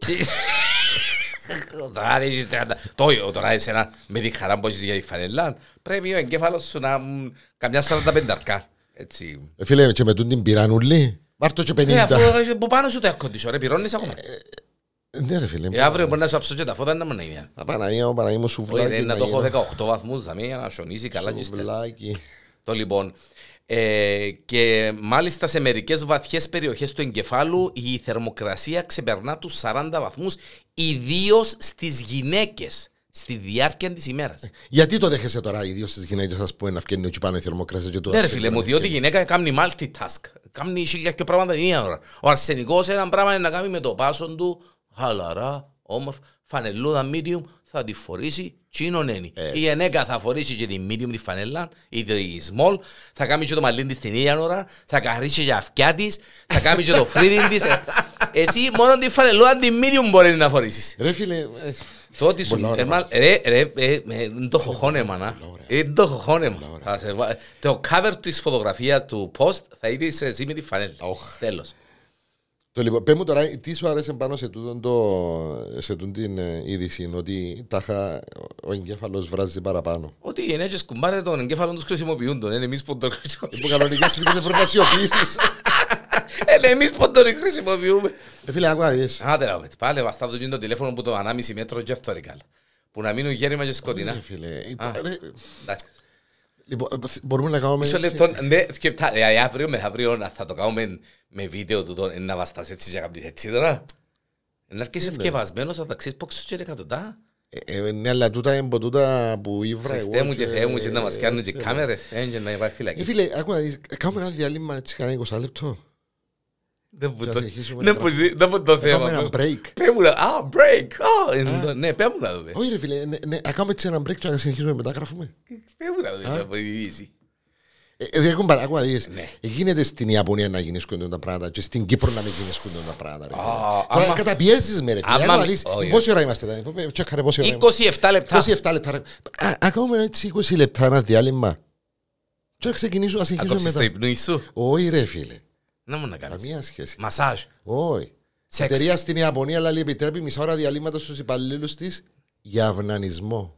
Τώρα έχεις 30. Το τώρα εσένα με τη χαρά που έχεις για τη φανελά, πρέπει ο εγκέφαλος σου να μ, καμιά 45 αρκά. Έτσι.
Ε, Φίλε, και με τούν την πυρανούλη. Μάρτο και
Ε,
50.
αφού έχεις από πάνω σου το air conditioner, ρε, πυρώνεις ακόμα.
Ε, Ναι, ρε φίλε.
Ε, αύριο μπορεί να σου αψώ και τα φώτα να μην είναι.
Α, Παναγία μου, Παναγία μου, σουβλάκι.
Όχι, ρε, ε, να το
γίνω.
έχω 18 βαθμούς, θα μην να σιωνίζει καλά και στα-
Σουβλάκι.
Το λοιπόν. Ε, και μάλιστα σε μερικές βαθιές περιοχές του εγκεφάλου η θερμοκρασία ξεπερνά τους 40 βαθμούς, ιδίως στις γυναίκες στη διάρκεια της ημέρας.
Γιατί το δέχεσαι τώρα, ιδίως στις γυναίκες, ας πούμε, να φτιάχνει εκεί πάνω η θερμοκρασία και το
Ναι, ρε
ασύγκρονο
φίλε μου, διότι η
ευκαιρία.
γυναίκα κάνει multitask. Κάνει χίλια και πράγματα την ίδια ώρα. Ο αρσενικός ένα πράγμα είναι να κάνει με το πάσον του χαλαρά, όμορφα, φανελούδα medium, θα τη φορήσει τσίνονένη. Η γυναίκα θα φορήσει και τη medium τη φανελά, ή τη small, θα κάνει και το μαλλί της την ίδια ώρα, θα καθαρίσει και αυτιά της, θα κάνει και το φρύδι της. Εσύ μόνο τη φανελούδα τη medium μπορεί να φορήσεις.
Ρε φίλε. ε,
Το ότι σου.
πολλά ωραία
ε, μα-
πράγματα.
Ρε, ρε, ε, ε, είναι το χωχόνεμα, να. Είναι το χωχόνεμα. Θα σε βά- Το cover της φωτογραφίας του post θα είδε εσύ με τη φανέλα. Τέλος.
Το λοιπόν, πες μου τώρα, τι σου άρεσε πάνω σε τούτον το, σε τούτη την ε, είδηση, ότι τάχα ο εγκέφαλος βράζει παραπάνω.
Ότι οι γενέτσε κουμπάρε τον εγκέφαλο τους χρησιμοποιούν τον. Είναι εμείς που τον χρησιμοποιούμε.
Που κανονικά σου δεν πρέπει να σιωπήσεις.
Είναι εμεί ε, που τον χρησιμοποιούμε.
Ε, Φίλε, άκου να δεις.
Άντε να δούμε. Πάλε βαστά του γίνει το τηλέφωνο που το 1,5 μέτρο και αυτό ρε καλά. Που να μείνουν γέρημα και
Ε,
σκοτεινά.
Φίλε,
Α.
ρε,
Εντάξει.
λοιπόν, ε, μπορούμε να κάνουμε...
Μισό
έτσι.
λεπτό, ναι, και τα- ε, αύριο μεθαύριο να- θα το κάνουμε με βίντεο του τον, ε, να βαστάς έτσι και να κάνεις έτσι τώρα. Ε, Να έρχεσαι
Ναι.
ευκευασμένος, θα τα ξέρεις πόξους και εκατοντά.
Ε, ε, Ναι, αλλά τούτα είναι από τούτα που ήβρα
Χριστέ μου και Θεέ μου και να μας κάνουν και
ε,
κάμερες, ε, και να υπάρχει
Ε,
φυλακή.
φίλε, άκου να δεις, ε, κάνουμε ένα διάλειμμα έτσι κανένα 20 λεπτό.
Δεν μου
θα
το-
συνεχίσουμε
δεν
να
μου- Δεν μου το
Να Κάνουμε
θέμα.
Ε, ένα break.
Πες μου να, α, break, α, ε, ναι, πες μου να δούμε.
Όχι ρε φίλε, ναι, ναι, να κάνουμε έτσι ένα break και να συνεχίσουμε μετά γράφουμε.
Πες μου να δούμε, να πω, η είδηση.
Ε, ε, Δεν έχουν παρά, άκου να δεις.
Ναι.
Ε, Γίνεται στην Ιαπωνία να γίνει σκουντούν τα πράγματα και στην Κύπρο να μην γίνει σκουντούν τα πράγματα. ρε φίλε.
Α, άμα-
Τώρα καταπιέζεις με ρε φίλε.
άμα
Άκου να
μη-
δεις,
όχι,
Πόση ώρα είμαστε, δηλαδή, πέ- τσέκαρε πόση ώρα
27 λεπτά.
είμαστε. 27 λεπτά. ρε. Α, Α κάνουμε έτσι 20 λεπτά ένα διάλειμμα. Και να ξεκινήσουμε να
Θα
συνεχίσουμε
κόψεις το
μετά.
υπνοή σου.
Όχι ρε φίλε,
Να μου να κάνεις.
καμία σχέση.
Μασάζ,
Όχι. Η
σεξ.
εταιρεία στην Ιαπωνία λέει επιτρέπει μισά ώρα διαλύματος στους υπαλλήλους της για αυνανισμό.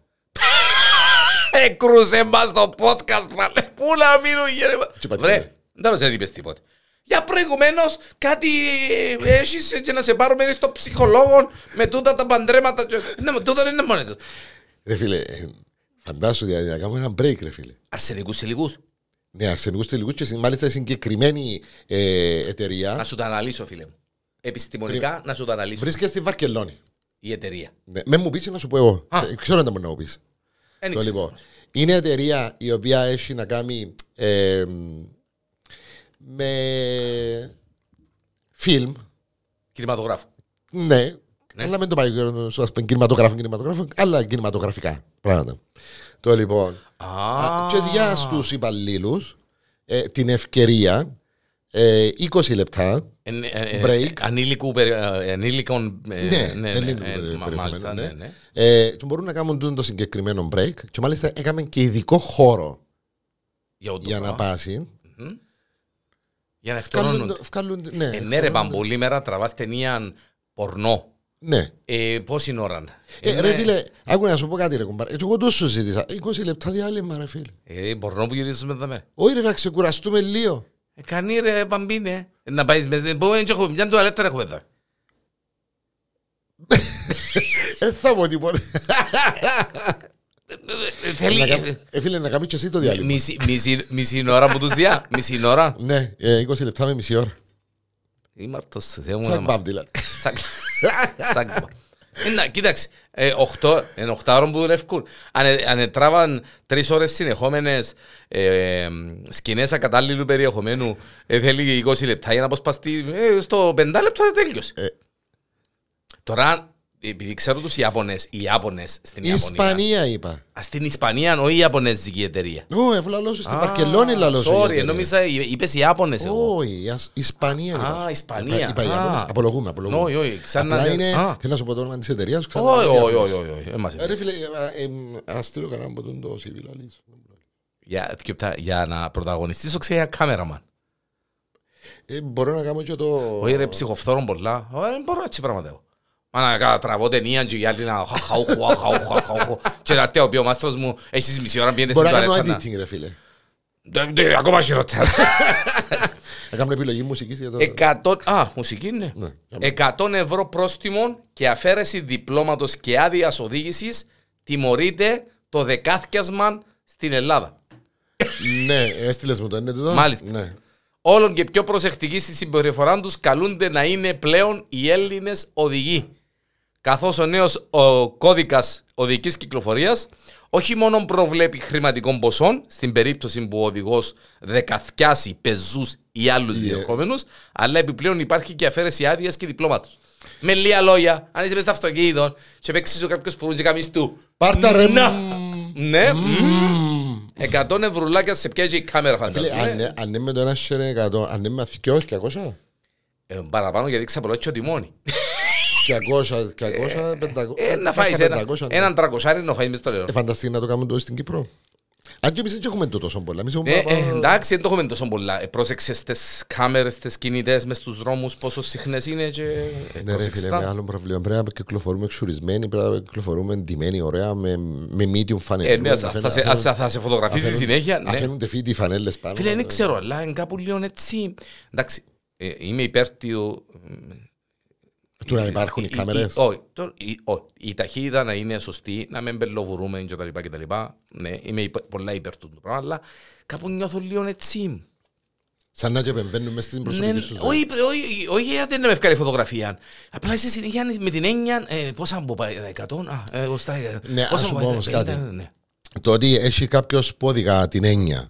Έκρουσε μας το podcast, παλέ. Πού να μείνω,
Τι
γέρε.
είπατε,
Βρε,
ρε.
δεν μας είπες τίποτα. Για προηγουμένως κάτι ε, έχεις και να σε πάρουμε στο ψυχολόγο με τούτα τα παντρέματα. και- Ναι, με τούτα δεν είναι μόνο τους.
Ρε φίλε, ε, φαντάσου δηλαδή να κάνουμε ένα break ρε φίλε.
Αρσενικούς συλληγούς.
Ναι, αρσενικούς τελικούς και συ- μάλιστα η συγκεκριμένη ε,
Να
εταιρεία
σου τα αναλύσω, φίλε μου. Επιστημονικά να σου τα αναλύσω.
βρίσκεται στη Βαρκελόνη.
Η εταιρεία.
Ναι, με μου πεις και να σου πω εγώ.
Α.
Ε, Ξέρω να μου να μου πεις.
Εν
Το
ήξερες.
λοιπόν. Είναι εταιρεία η οποία έχει να κάνει ε, με φιλμ.
Κινηματογράφο.
Ναι,
Ναι.
αλλά με το πάει ας πούμε κινηματογράφο, κινηματογράφο, αλλά κινηματογραφικά πράγματα. Το λοιπόν.
Α,
και διά στους υπαλλήλους την ευκαιρία ε, 20 λεπτά.
εν- εν- εν-
break.
ε, Ανήλικου περι- ε, Ανήλικων. ε,
Ναι,
ναι,
δεν
ναι,
είναι
ε,
το
μα-
περιεχόμενο,
Μάλιστα,
ναι.
ναι, ναι.
Ε, και μπορούν να κάνουν τούτο το συγκεκριμένο break και μάλιστα έκαμε και ειδικό χώρο
Για οντοπά.
για να πάσει.
Μμμ. Για να
Βγάλουν,
εκτονώνονται.
το- βγάλουν, ναι,
Ε, ναι, ρε μπαμπούλη, μέρα τραβάς ταινία πορνό.
ναι.
Ε, πόση ώρα.
Ε,
Είναι- ναι.
ρε φίλε, άκου να σου πω κάτι ρε κουμπάρε. Εγώ το σου ζήτησα. 20 λεπτά διάλειμμα ρε φίλε.
Ε, πορνό που γυρίζουμε εδώ με.
Όχι ρε, να ξεκουραστούμε λίγο.
Ε, Κανεί ρε μπαμπίνε. Ε, Να πάεις μέσα. Μπορούμε να έχουμε μια τουαλέτα ρε έχουμε εδώ.
Δεν θα πω τίποτα.
Ε, ε, ε,
Να
Θέλει.
κα-
ε,
Ε, φίλε, να κάνεις και εσύ το
ε,
διάλειμμα.
μισή- μισή- Μισή ώρα που τους διά. Μισή ώρα.
Ναι, ε, 20 λεπτά με μισή ώρα.
Είμαι αρτός του Θεού μου. να
Τσακ
μάθω.
μπαμ δηλαδή.
Σακ- Σακ μπαμ. Ε, να, Κοίταξε, ε, οχτώ- εν οχτάωρων που δουλεύκουν. Αν, ε- αν ετράβαν τρεις ώρες συνεχόμενες ε, ε, σκηνές ακατάλληλου περιεχομένου, ε, θέλει 20 λεπτά για να αποσπαστεί, ε, στο 5 λεπτό δεν τέλειωσε.
Ε.
Τώρα, επειδή ξέρω τους Ιάπωνες, οι Ιάπωνες στην Ιαπωνία.
Ισπανία είπα.
Α, Στην Ισπανία, όχι η Ιαπωνέζικη εταιρεία.
Ω, ευλαλώ σου στην
Α,
Βαρκελόνη λαλώ σου.
Sorry, νόμιζα είπες Ιάπωνες εγώ.
Όχι, ας- Ισπανία. είπα.
Α, Ισπανία.
Είπα
Α.
Ιαπωνές.
Όχι,
Απολογούμε, απολογούμε.
όχι, ξανά.
Απλά
δεν-
είναι,
Α.
θέλω να σου πω το όνομα της εταιρείας. ξανά
Όχι,
λέω
όχι,
Ιαπωνές.
όχι, όχι, όχι. ε, μας
Ε, Ρε
ενδιαφέρει.
φίλε, ε, ε, ε, ας στείλω κανέναν από τον το CV, λαλείς.
Για- και πτά- Για να πρωταγωνιστήσω, ξέρει, κάμεραμαν.
Ε, Μπορώ να κάνω και το...
Όχι, ρε, ψυχοφθόρων πολλά. Ε, Δεν μπορώ έτσι πράγματα. εγώ. Μα να κα- τραβώ ταινία και οι άλλοι να χα- χαούχου, α, χαούχου, α, χαούχου. Και να έρθει ο πιο μάστρος μου, έχεις μισή ώρα πιένες στην
Μπορώ να κάνω
τουαλέτα. να-
editing Ναι. ρε φίλε.
Ντε- ντε, Ακόμα χειρότερα.
Να κάνω επιλογή μουσικής για το...
Ε, 100 Α, μουσική είναι.
Ναι, για
100 ευρώ πρόστιμο και αφαίρεση διπλώματος και άδειας οδήγησης τιμωρείται το δεκάθιασμα στην Ελλάδα.
Ναι, έστειλες μου το, είναι τούτο.
Μάλιστα.
Ναι.
Όλων και πιο προσεκτικοί στη συμπεριφορά τους καλούνται να είναι πλέον οι Έλληνες οδηγοί. Καθώς ο νέος κώδικας οδικής κυκλοφορίας όχι μόνο προβλέπει χρηματικών ποσών στην περίπτωση που ο οδηγός δεκαθιάσει πεζούς ή άλλους διερχόμενους, αλλά επιπλέον υπάρχει και αφαίρεση άδειας και διπλώματος. Με λίγα λόγια, αν είσαι μέσα στο αυτοκίνητο και παίξεις σου κάποιος που και καμίς του.
Πάρτα ρε
Να.
μ.
Ναι, εκατόν ευρουλάκια σε πιάζει η κάμερα,
Φίλε, ναι.
φαντάζομαι.
αν- ε, αν είναι με το ένα σέρε εκατό, αν είναι με αθηκιός, 200,
Ε, παραπάνω γιατί ξαπλώτσι ο τιμόνι.
200, 200, 500.
Ε, να φάεις
στα
ένα,
500, ναι.
έναν τρακοσάρι να φάει μες στο νερό.
Ε, φανταστεί να το κάνουμε το στην Κύπρο. Αν και εμείς δεν έχουμε το τόσο πολλά. Εμείς έχουμε
Ε,
παραπάνω-
ε, εντάξει, δεν το έχουμε τόσο πολλά. Ε, πρόσεξες στις κάμερες, στις κινητές, μες στους δρόμους, πόσο συχνές είναι και... ε,
Ναι, ρε
πρόσεξε
φίλε,
τα.
με άλλο πρόβλημα. Πρέπει να κυκλοφορούμε εξουρισμένοι, πρέπει να κυκλοφορούμε ντυμένοι, ωραία, με, με medium φανέλες.
Ε, ναι, θα- θα σε- θα- θα σε φωτογραφίζει συνέχεια. ναι.
Αφαίνονται φίτι φανέλες πάνω.
Φίλε, δεν ξέρω, αλλά είναι κάπου λίγο έτσι... Εντάξει, ε, είμαι υπέρ του...
Του να Ε, υπάρχουν οι
η- η-
κάμερες.
Όχι, το- η- όχι. η ταχύτητα να είναι σωστή, να μην μπελοβουρούμε και τα λοιπά και τα λοιπά. Ναι, είμαι υπε- πολλά υπέρ του πράγμα, αλλά κάπου νιώθω λίγο έτσι.
Σαν να και επεμβαίνουν μες στην
Ναι,
προσωπική σου ζωή.
όχι, όχι, όχι, γιατί δεν με βγάλει φωτογραφία. Απλά είσαι συνέχεια με την έννοια, ε, πόσα μου πάει, 100, α, ε, εγώ στα, ε,
Ναι,
πόσα
ας
μου
σου
πάει,
πω όμως
50,
κάτι.
ναι.
Το ότι έχει κάποιος πόδικα την έννοια.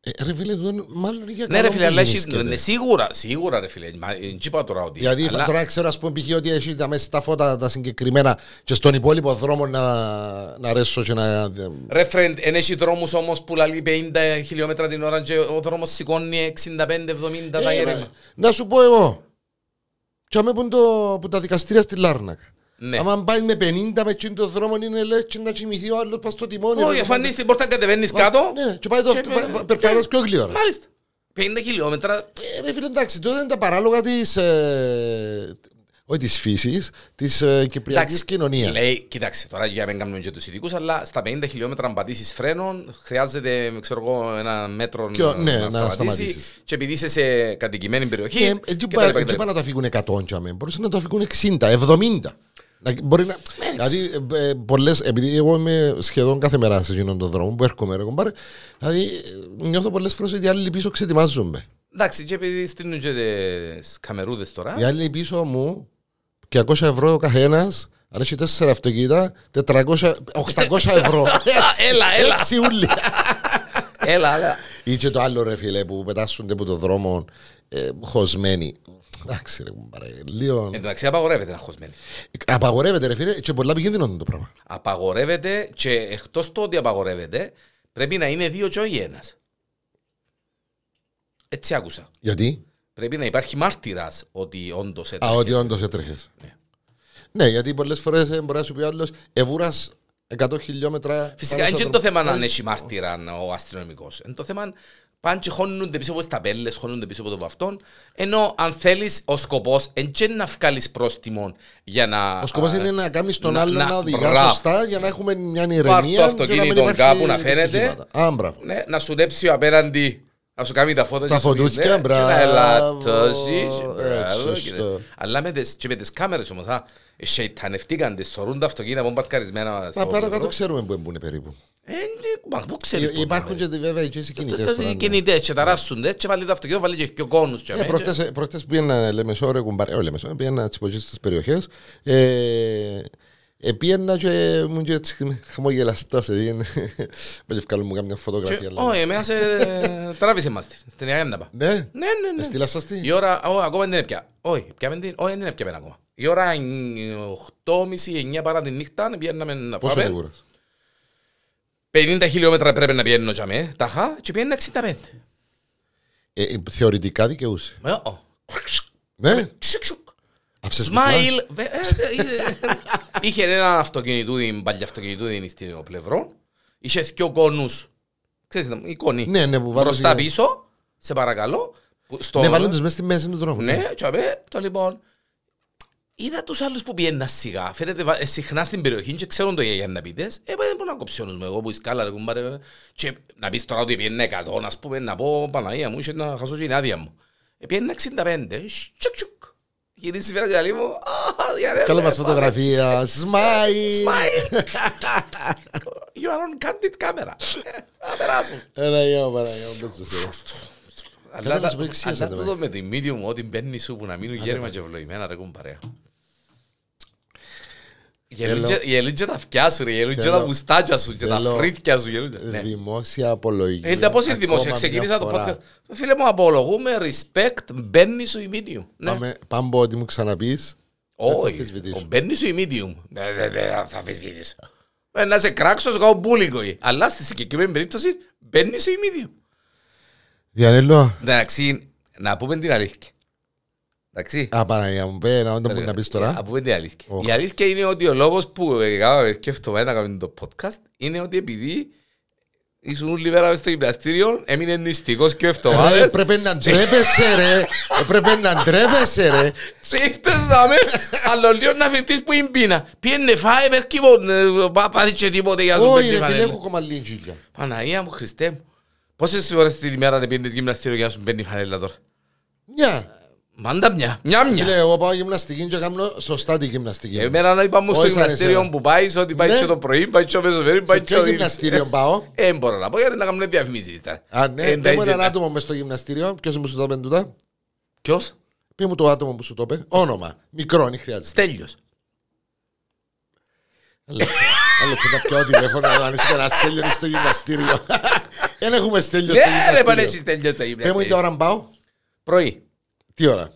Ε, ρε φίλε, τούτο είναι μάλλον για
Ναι,
καλό
ρε
που
φίλε, αλλά έχει,
βρίσκεται.
ναι, σίγουρα, σίγουρα, ρε φίλε, μα, ε, δεν είπα τώρα ότι.
Δηλαδή
αλλά-
τώρα ξέρω ας πούμε π.χ. ότι έχεις τα μέσα στα φώτα τα συγκεκριμένα και στον υπόλοιπο δρόμο να, να ρέσω και να...
Ρε φρέντ, εν έχει δρόμους όμως που λαλεί 50 χιλιόμετρα την ώρα και ο δρόμος σηκώνει 65-70 τα
Ε,
έρευνα.
να σου πω εγώ. Και αμέ που, είναι το- που τα δικαστήρια στη Λάρνακα.
Ναι.
Άμα πάει με 50 με τσιν το δρόμο είναι λες και να κοιμηθεί ο άλλος πας στο τιμόνι.
Όχι,
ρε,
εμφανίζεις την πόρτα, κατεβαίνεις κάτω.
Ναι, και πάει το
Και-
αυτο- πα- πα- περπατάς πιο γλυόρα.
Μάλιστα. 50 χιλιόμετρα,
Ε, Ρε φίλε εντάξει, τότε είναι τα παράλογα της... ε, όχι της φύσης, της ε, κυπριακής
Εντάξει,
κοινωνίας.
Λέει, κοιτάξτε, τώρα για να μην κάνουμε και τους ειδικούς, αλλά στα 50 χιλιόμετρα, αν πατήσεις φρένων, χρειάζεται ξέρω εγώ, ένα μέτρο
Ποιο- ναι, να σταματήσεις.
σταματήσεις. Και επειδή είσαι σε κατοικημένη περιοχή.
Ε,
και τα
εκεί
λοιπά,
πα-
και
εκεί
τα
πάνε
λοιπά.
να το αφήγουν 100 τζάμε. Μπορούσε να το αφήγουν 60, 70. Να, μπορεί να, δηλαδή, ε, ε, πολλές, επειδή εγώ είμαι σχεδόν κάθε μέρα σε εκείνον τον δρόμο που έρχομαι, ρε κομπάρε, δηλαδή ε, νιώθω πολλές φορές ότι οι άλλοι πίσω ξετοιμάζομαι.
Εντάξει, και επειδή στείλουν και τις καμερούδες τώρα.
Οι άλλοι πίσω μου, 200 ευρώ ο καθένας, αν έχει 4 αυτοκίνητα, 400, 800 ευρώ.
έλα, έλα.
Έτσι ούλοι.
Έλα, έλα.
Ή και το άλλο ρε φίλε που πετάσσονται από τον δρόμο ε, χωσμένοι. Εντάξει ρε κουμπάρε, λίγο...
Εν τω μεταξύ, απαγορεύεται να χωσμένει.
Απαγορεύεται ρε φίλε και πολλά επικίνδυνο είναι το πράγμα.
Απαγορεύεται και εκτός το ότι απαγορεύεται, πρέπει να είναι δύο και όχι ένας. Έτσι άκουσα.
Γιατί?
Πρέπει να υπάρχει μάρτυρας ότι όντως έτσι.
Α, ότι όντως έτρεχες.
Ναι.
Ναι, γιατί πολλές φορές μπορεί να σου πει άλλο Εβούρα 100 χιλιόμετρα.
Φυσικά,
πάνω
δεν είναι
στον
το θέμα
δρόμο».
να έχει μάρτυρα ο αστυνομικός. Είναι το θέμα πάνε και χώνονται πίσω από τι ταμπέλε, χώνονται πίσω από το αυτόν. Ενώ αν θέλεις, ο σκοπός είναι να βγάλεις πρόστιμο για να.
Ο σκοπός είναι να κάνεις τον
να-
άλλο
να-
να οδηγάς
μπράβο.
σωστά για να έχουμε μια ηρεμία.
το
και να μην
αυτοκίνητο
υπάρχει
κάπου να φαίνεται.
δυστυχήματα. Α, μπράβο.
Ναι, να σου νέψει ο απέναντι, να σου κάνει τα φώτα.
Τα
και σου πει,
φωτούθια,
ναι, και
μπράβο.
να ελαττώσεις, μπράβο,
Έτσι, σωστό.
κύριε. Αλλά με τις- και με τις κάμερες όμως, σεϊτανευτήκαν, τις σωρούν τα αυτοκίνητα που είναι παρκαρισμένα.
Τα
στο
πάρα κάτω
δρόμο.
ξέρουμε που είναι περίπου.
Ε, ναι, μα, πού ξέρεις πού
Υπάρχουν
είναι.
και βέβαια και οι ναι. κινητέ.
ναι. Τα- τα- οι κινητές και ταράσσονται και βάλει το αυτοκίνητο, βάλει και- και κόνους και
Ε,
αμέ, και-
προχτές- ε, Προχτές πήγαινα Λεμεσό, ρε κουμπάρε, όχι Λεμεσό, πήγαινα τις πολλές τις περιοχές. Ε, ε, πήγαινα και ήμουν και έτσι χαμογελαστός. ε, πήγαινε. Πάλι βγάλω μου κάμια
Και-
φωτογραφία. λέω.
Όχι, εμένα σε τράβησε μας την, στην Αγένναπα.
Ναι,
Ναι, ναι, ναι.
στείλα σας τι.
Η ώρα, ω, ακόμα δεν είναι πια. Όχι, πια δεν είναι, όχι, δεν είναι πια πέρα ακόμα. Η ώρα 8.30-9 παρά τη νύχτα πιέναμε να
Πόσο
φάμε.
σίγουρα.
50 χιλιόμετρα πρέπει να πιένω για μέ, ταχά, και πιένω 65.
Ε, ε, θεωρητικά δικαιούσε.
Ε, ω.
Ναι,
Ξουκ, ξουκ.
άψες το πλάνο.
Σμάιλ. βε- ε, ε, ε, Είχε ένα αυτοκινητούδι, παλιά αυτοκινητούδι στο πλευρό. Είχε δυο κόνους. Ξέρεις, οι κόνοι.
Ναι, ναι, που βάζουν.
Μπροστά πίσω, σε παρακαλώ. που- στο-
Ναι, βάλουν τους μέσα στη μέση του δρόμου.
Ναι, τσαπέ, το λοιπόν. Είδα τους άλλους που πιέναν σιγά. Φαίνεται βα- ε, συχνά στην περιοχή και ξέρουν το για να πείτε. Ε, δεν μπορώ να κόψω με εγώ που η σκάλα ρε, κουμπάρε. Και να πεις τώρα ότι πιένα 100, ας πούμε, να πω Παναγία μου, είχε να χάσω και την άδεια μου. Ε, πιένα 65, τσουκ τσουκ. Γυρίζει πέρα και λέει μου, «Α, διαδέλφε,
Καλά μας
πάμε».
φωτογραφία. Smile.
Smile. You are on candid camera. Ε, Θα περάσουν.
Ένα γεια, παραγιά, μπες στο σειρά.
Αλλά
να σου πω εξής,
αλλά
εν τω
τούτο
μεταξύ.
με τη medium ότι μπαίνει σου που να μείνουν γέρμα και ευλογημένα ρε κουμπαρέα. Γελούν
Θέλω-
και- Γελούν και τα αυτιά σου ρε, γελούν και τα
Θέλω-
μουστάκια σου και τα
θέλω-
φρύτκια σου γελούν. και- ναι.
Δημόσια απολογία.
Ε, τα πώς είναι
Ακόμα
δημόσια,
μια
ξεκίνησα το
φορά.
podcast. Φίλε μου, απολογούμε, respect, μπαίνει σου η medium. Ναι.
Πάμε- Πάμε ό,τι μου ξαναπείς. δεν θα
Όχι,
αμφισβητήσω.
ο- μπαίνει σου η medium. Ε, Δεν δεν θα αφισβητήσω. Ε, Να σε κράξω, εγώ μπούλικο. Αλλά στη συγκεκριμένη περίπτωση μπαίνει σου η medium.
Διανέλο.
Εντάξει, να πούμε την αλήθεια. Εντάξει.
Α, Παναγία μου, πέ, να το μου να πεις
Να
τώρα.
πούμε την αλήθεια.
Οχ.
Ε, Η αλήθεια είναι ότι ο λόγος που εγώ σκέφτομαι να κάνουμε το podcast είναι ότι επειδή ήσουν όλη μέρα μες στο γυμναστήριο, έμεινε νηστικός και ο
Ρε,
εβδομάδες
Πρέπει να ντρέπεσαι, ρε. Ε, Πρέπει να ντρέπεσαι, ρε.
και ήρθες να με αλλά λίγο να φυτείς που είναι πείνα. Πιένε φάε, περκύμον, ε, πά- πάθεις και τίποτε για να σου
Όχι,
πέντε
ρε, φίλε,
φανέλα.
έχω κομμαλή τζίλια.
Παναγία μου, Χριστέ μου. Πόσες φορές την ημέρα να πιένεις γυμναστήριο για να σου μπαίνει φανέλα τώρα.
Μια.
Μάντα μια, μια μια.
Φίλε, εγώ πάω γυμναστική και κάνω σωστά τη γυμναστική. μου.
Εμένα να είπαμε στο
Όχι σαν
γυμναστήριο
εσένα.
που πάει, ότι πάει
Ναι.
και το πρωί, πάει και το μεσοβέρι, πάει
Σε
και
ποιο
το
γυμναστήριο πάω.
Ε, δεν μπορώ να πω γιατί να κάνουμε διαφημίσεις τώρα.
Α, ναι,
Ε,
πέ μου
εντάξει,
έναν
εντάξει.
άτομο μες στο γυμναστήριο. Ποιος μου σου το είπε τούτα.
Ποιος?
Πες μου το άτομο που σου το είπε. Όνομα. Μικρό, δεν χρειάζεται.
Στέλιος.
Άλλο και να πιω τηλέφωνο αν είσαι ένας στέλιος στο γυμναστήριο. Δεν έχουμε στέλιο στο
Ναι ρε πάνε
γυμναστήριο.
έτσι Στέλιος το
Πες Ε, μου την
γυμναστήριο.
ώρα να πάω.
Πρωί.
Τι ώρα.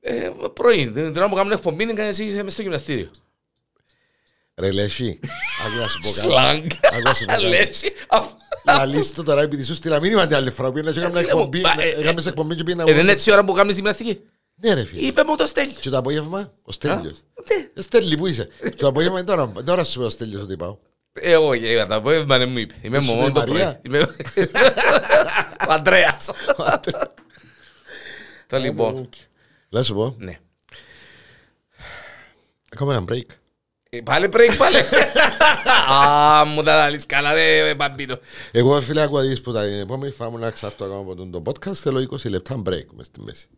Ε, Πρωί. Την την ώρα που κάνουν εκπομπή είναι κανένας είσαι μες στο γυμναστήριο.
Ρε Λέσχη, άκου να σου πω κάτι.
Σλάγκ.
Άκου να σου πω κάτι.
Αλέξη. Αφ-
Λαλείς το τώρα επειδή σου στείλα μήνυμα την άλλη φορά. Πήγαινα και έκανα
Φίλε μου,
εκπομπή.
μα, ε, ε,
Έκαμε εκπομπή και πήγαινα.
Ε, Δεν είναι έτσι η ώρα που κάνεις γυμναστική.
Ναι ρε φίλε.
Είπε μου το Στέλιο.
Και το απόγευμα ο Στέλιος.
Ναι.
Ε, Στέλι που είσαι. Το απόγευμα είναι τώρα. Τώρα σου είπε ο Στέλιος ότι πάω.
Ε, Εγώ για τα απόγευμα δεν μου είπε. Είμαι
Ήσουν
μόνο
η
το πρωί.
Μαρία?
Είμαι- Ο Αντρέας. Το λοιπόν.
Λα Ε, σου πω.
Ναι.
Ακόμα ένα break.
Ε, Πάλι break, πάλι. Α, μου τα λαλείς καλά, ρε ε, μπαμπίνο.
Εγώ φίλε ακούω δεις που τα την επόμενη φορά μου να ξαρτώ ακόμα από τον- τον podcast θέλω 20 λεπτά break μες στη μέση.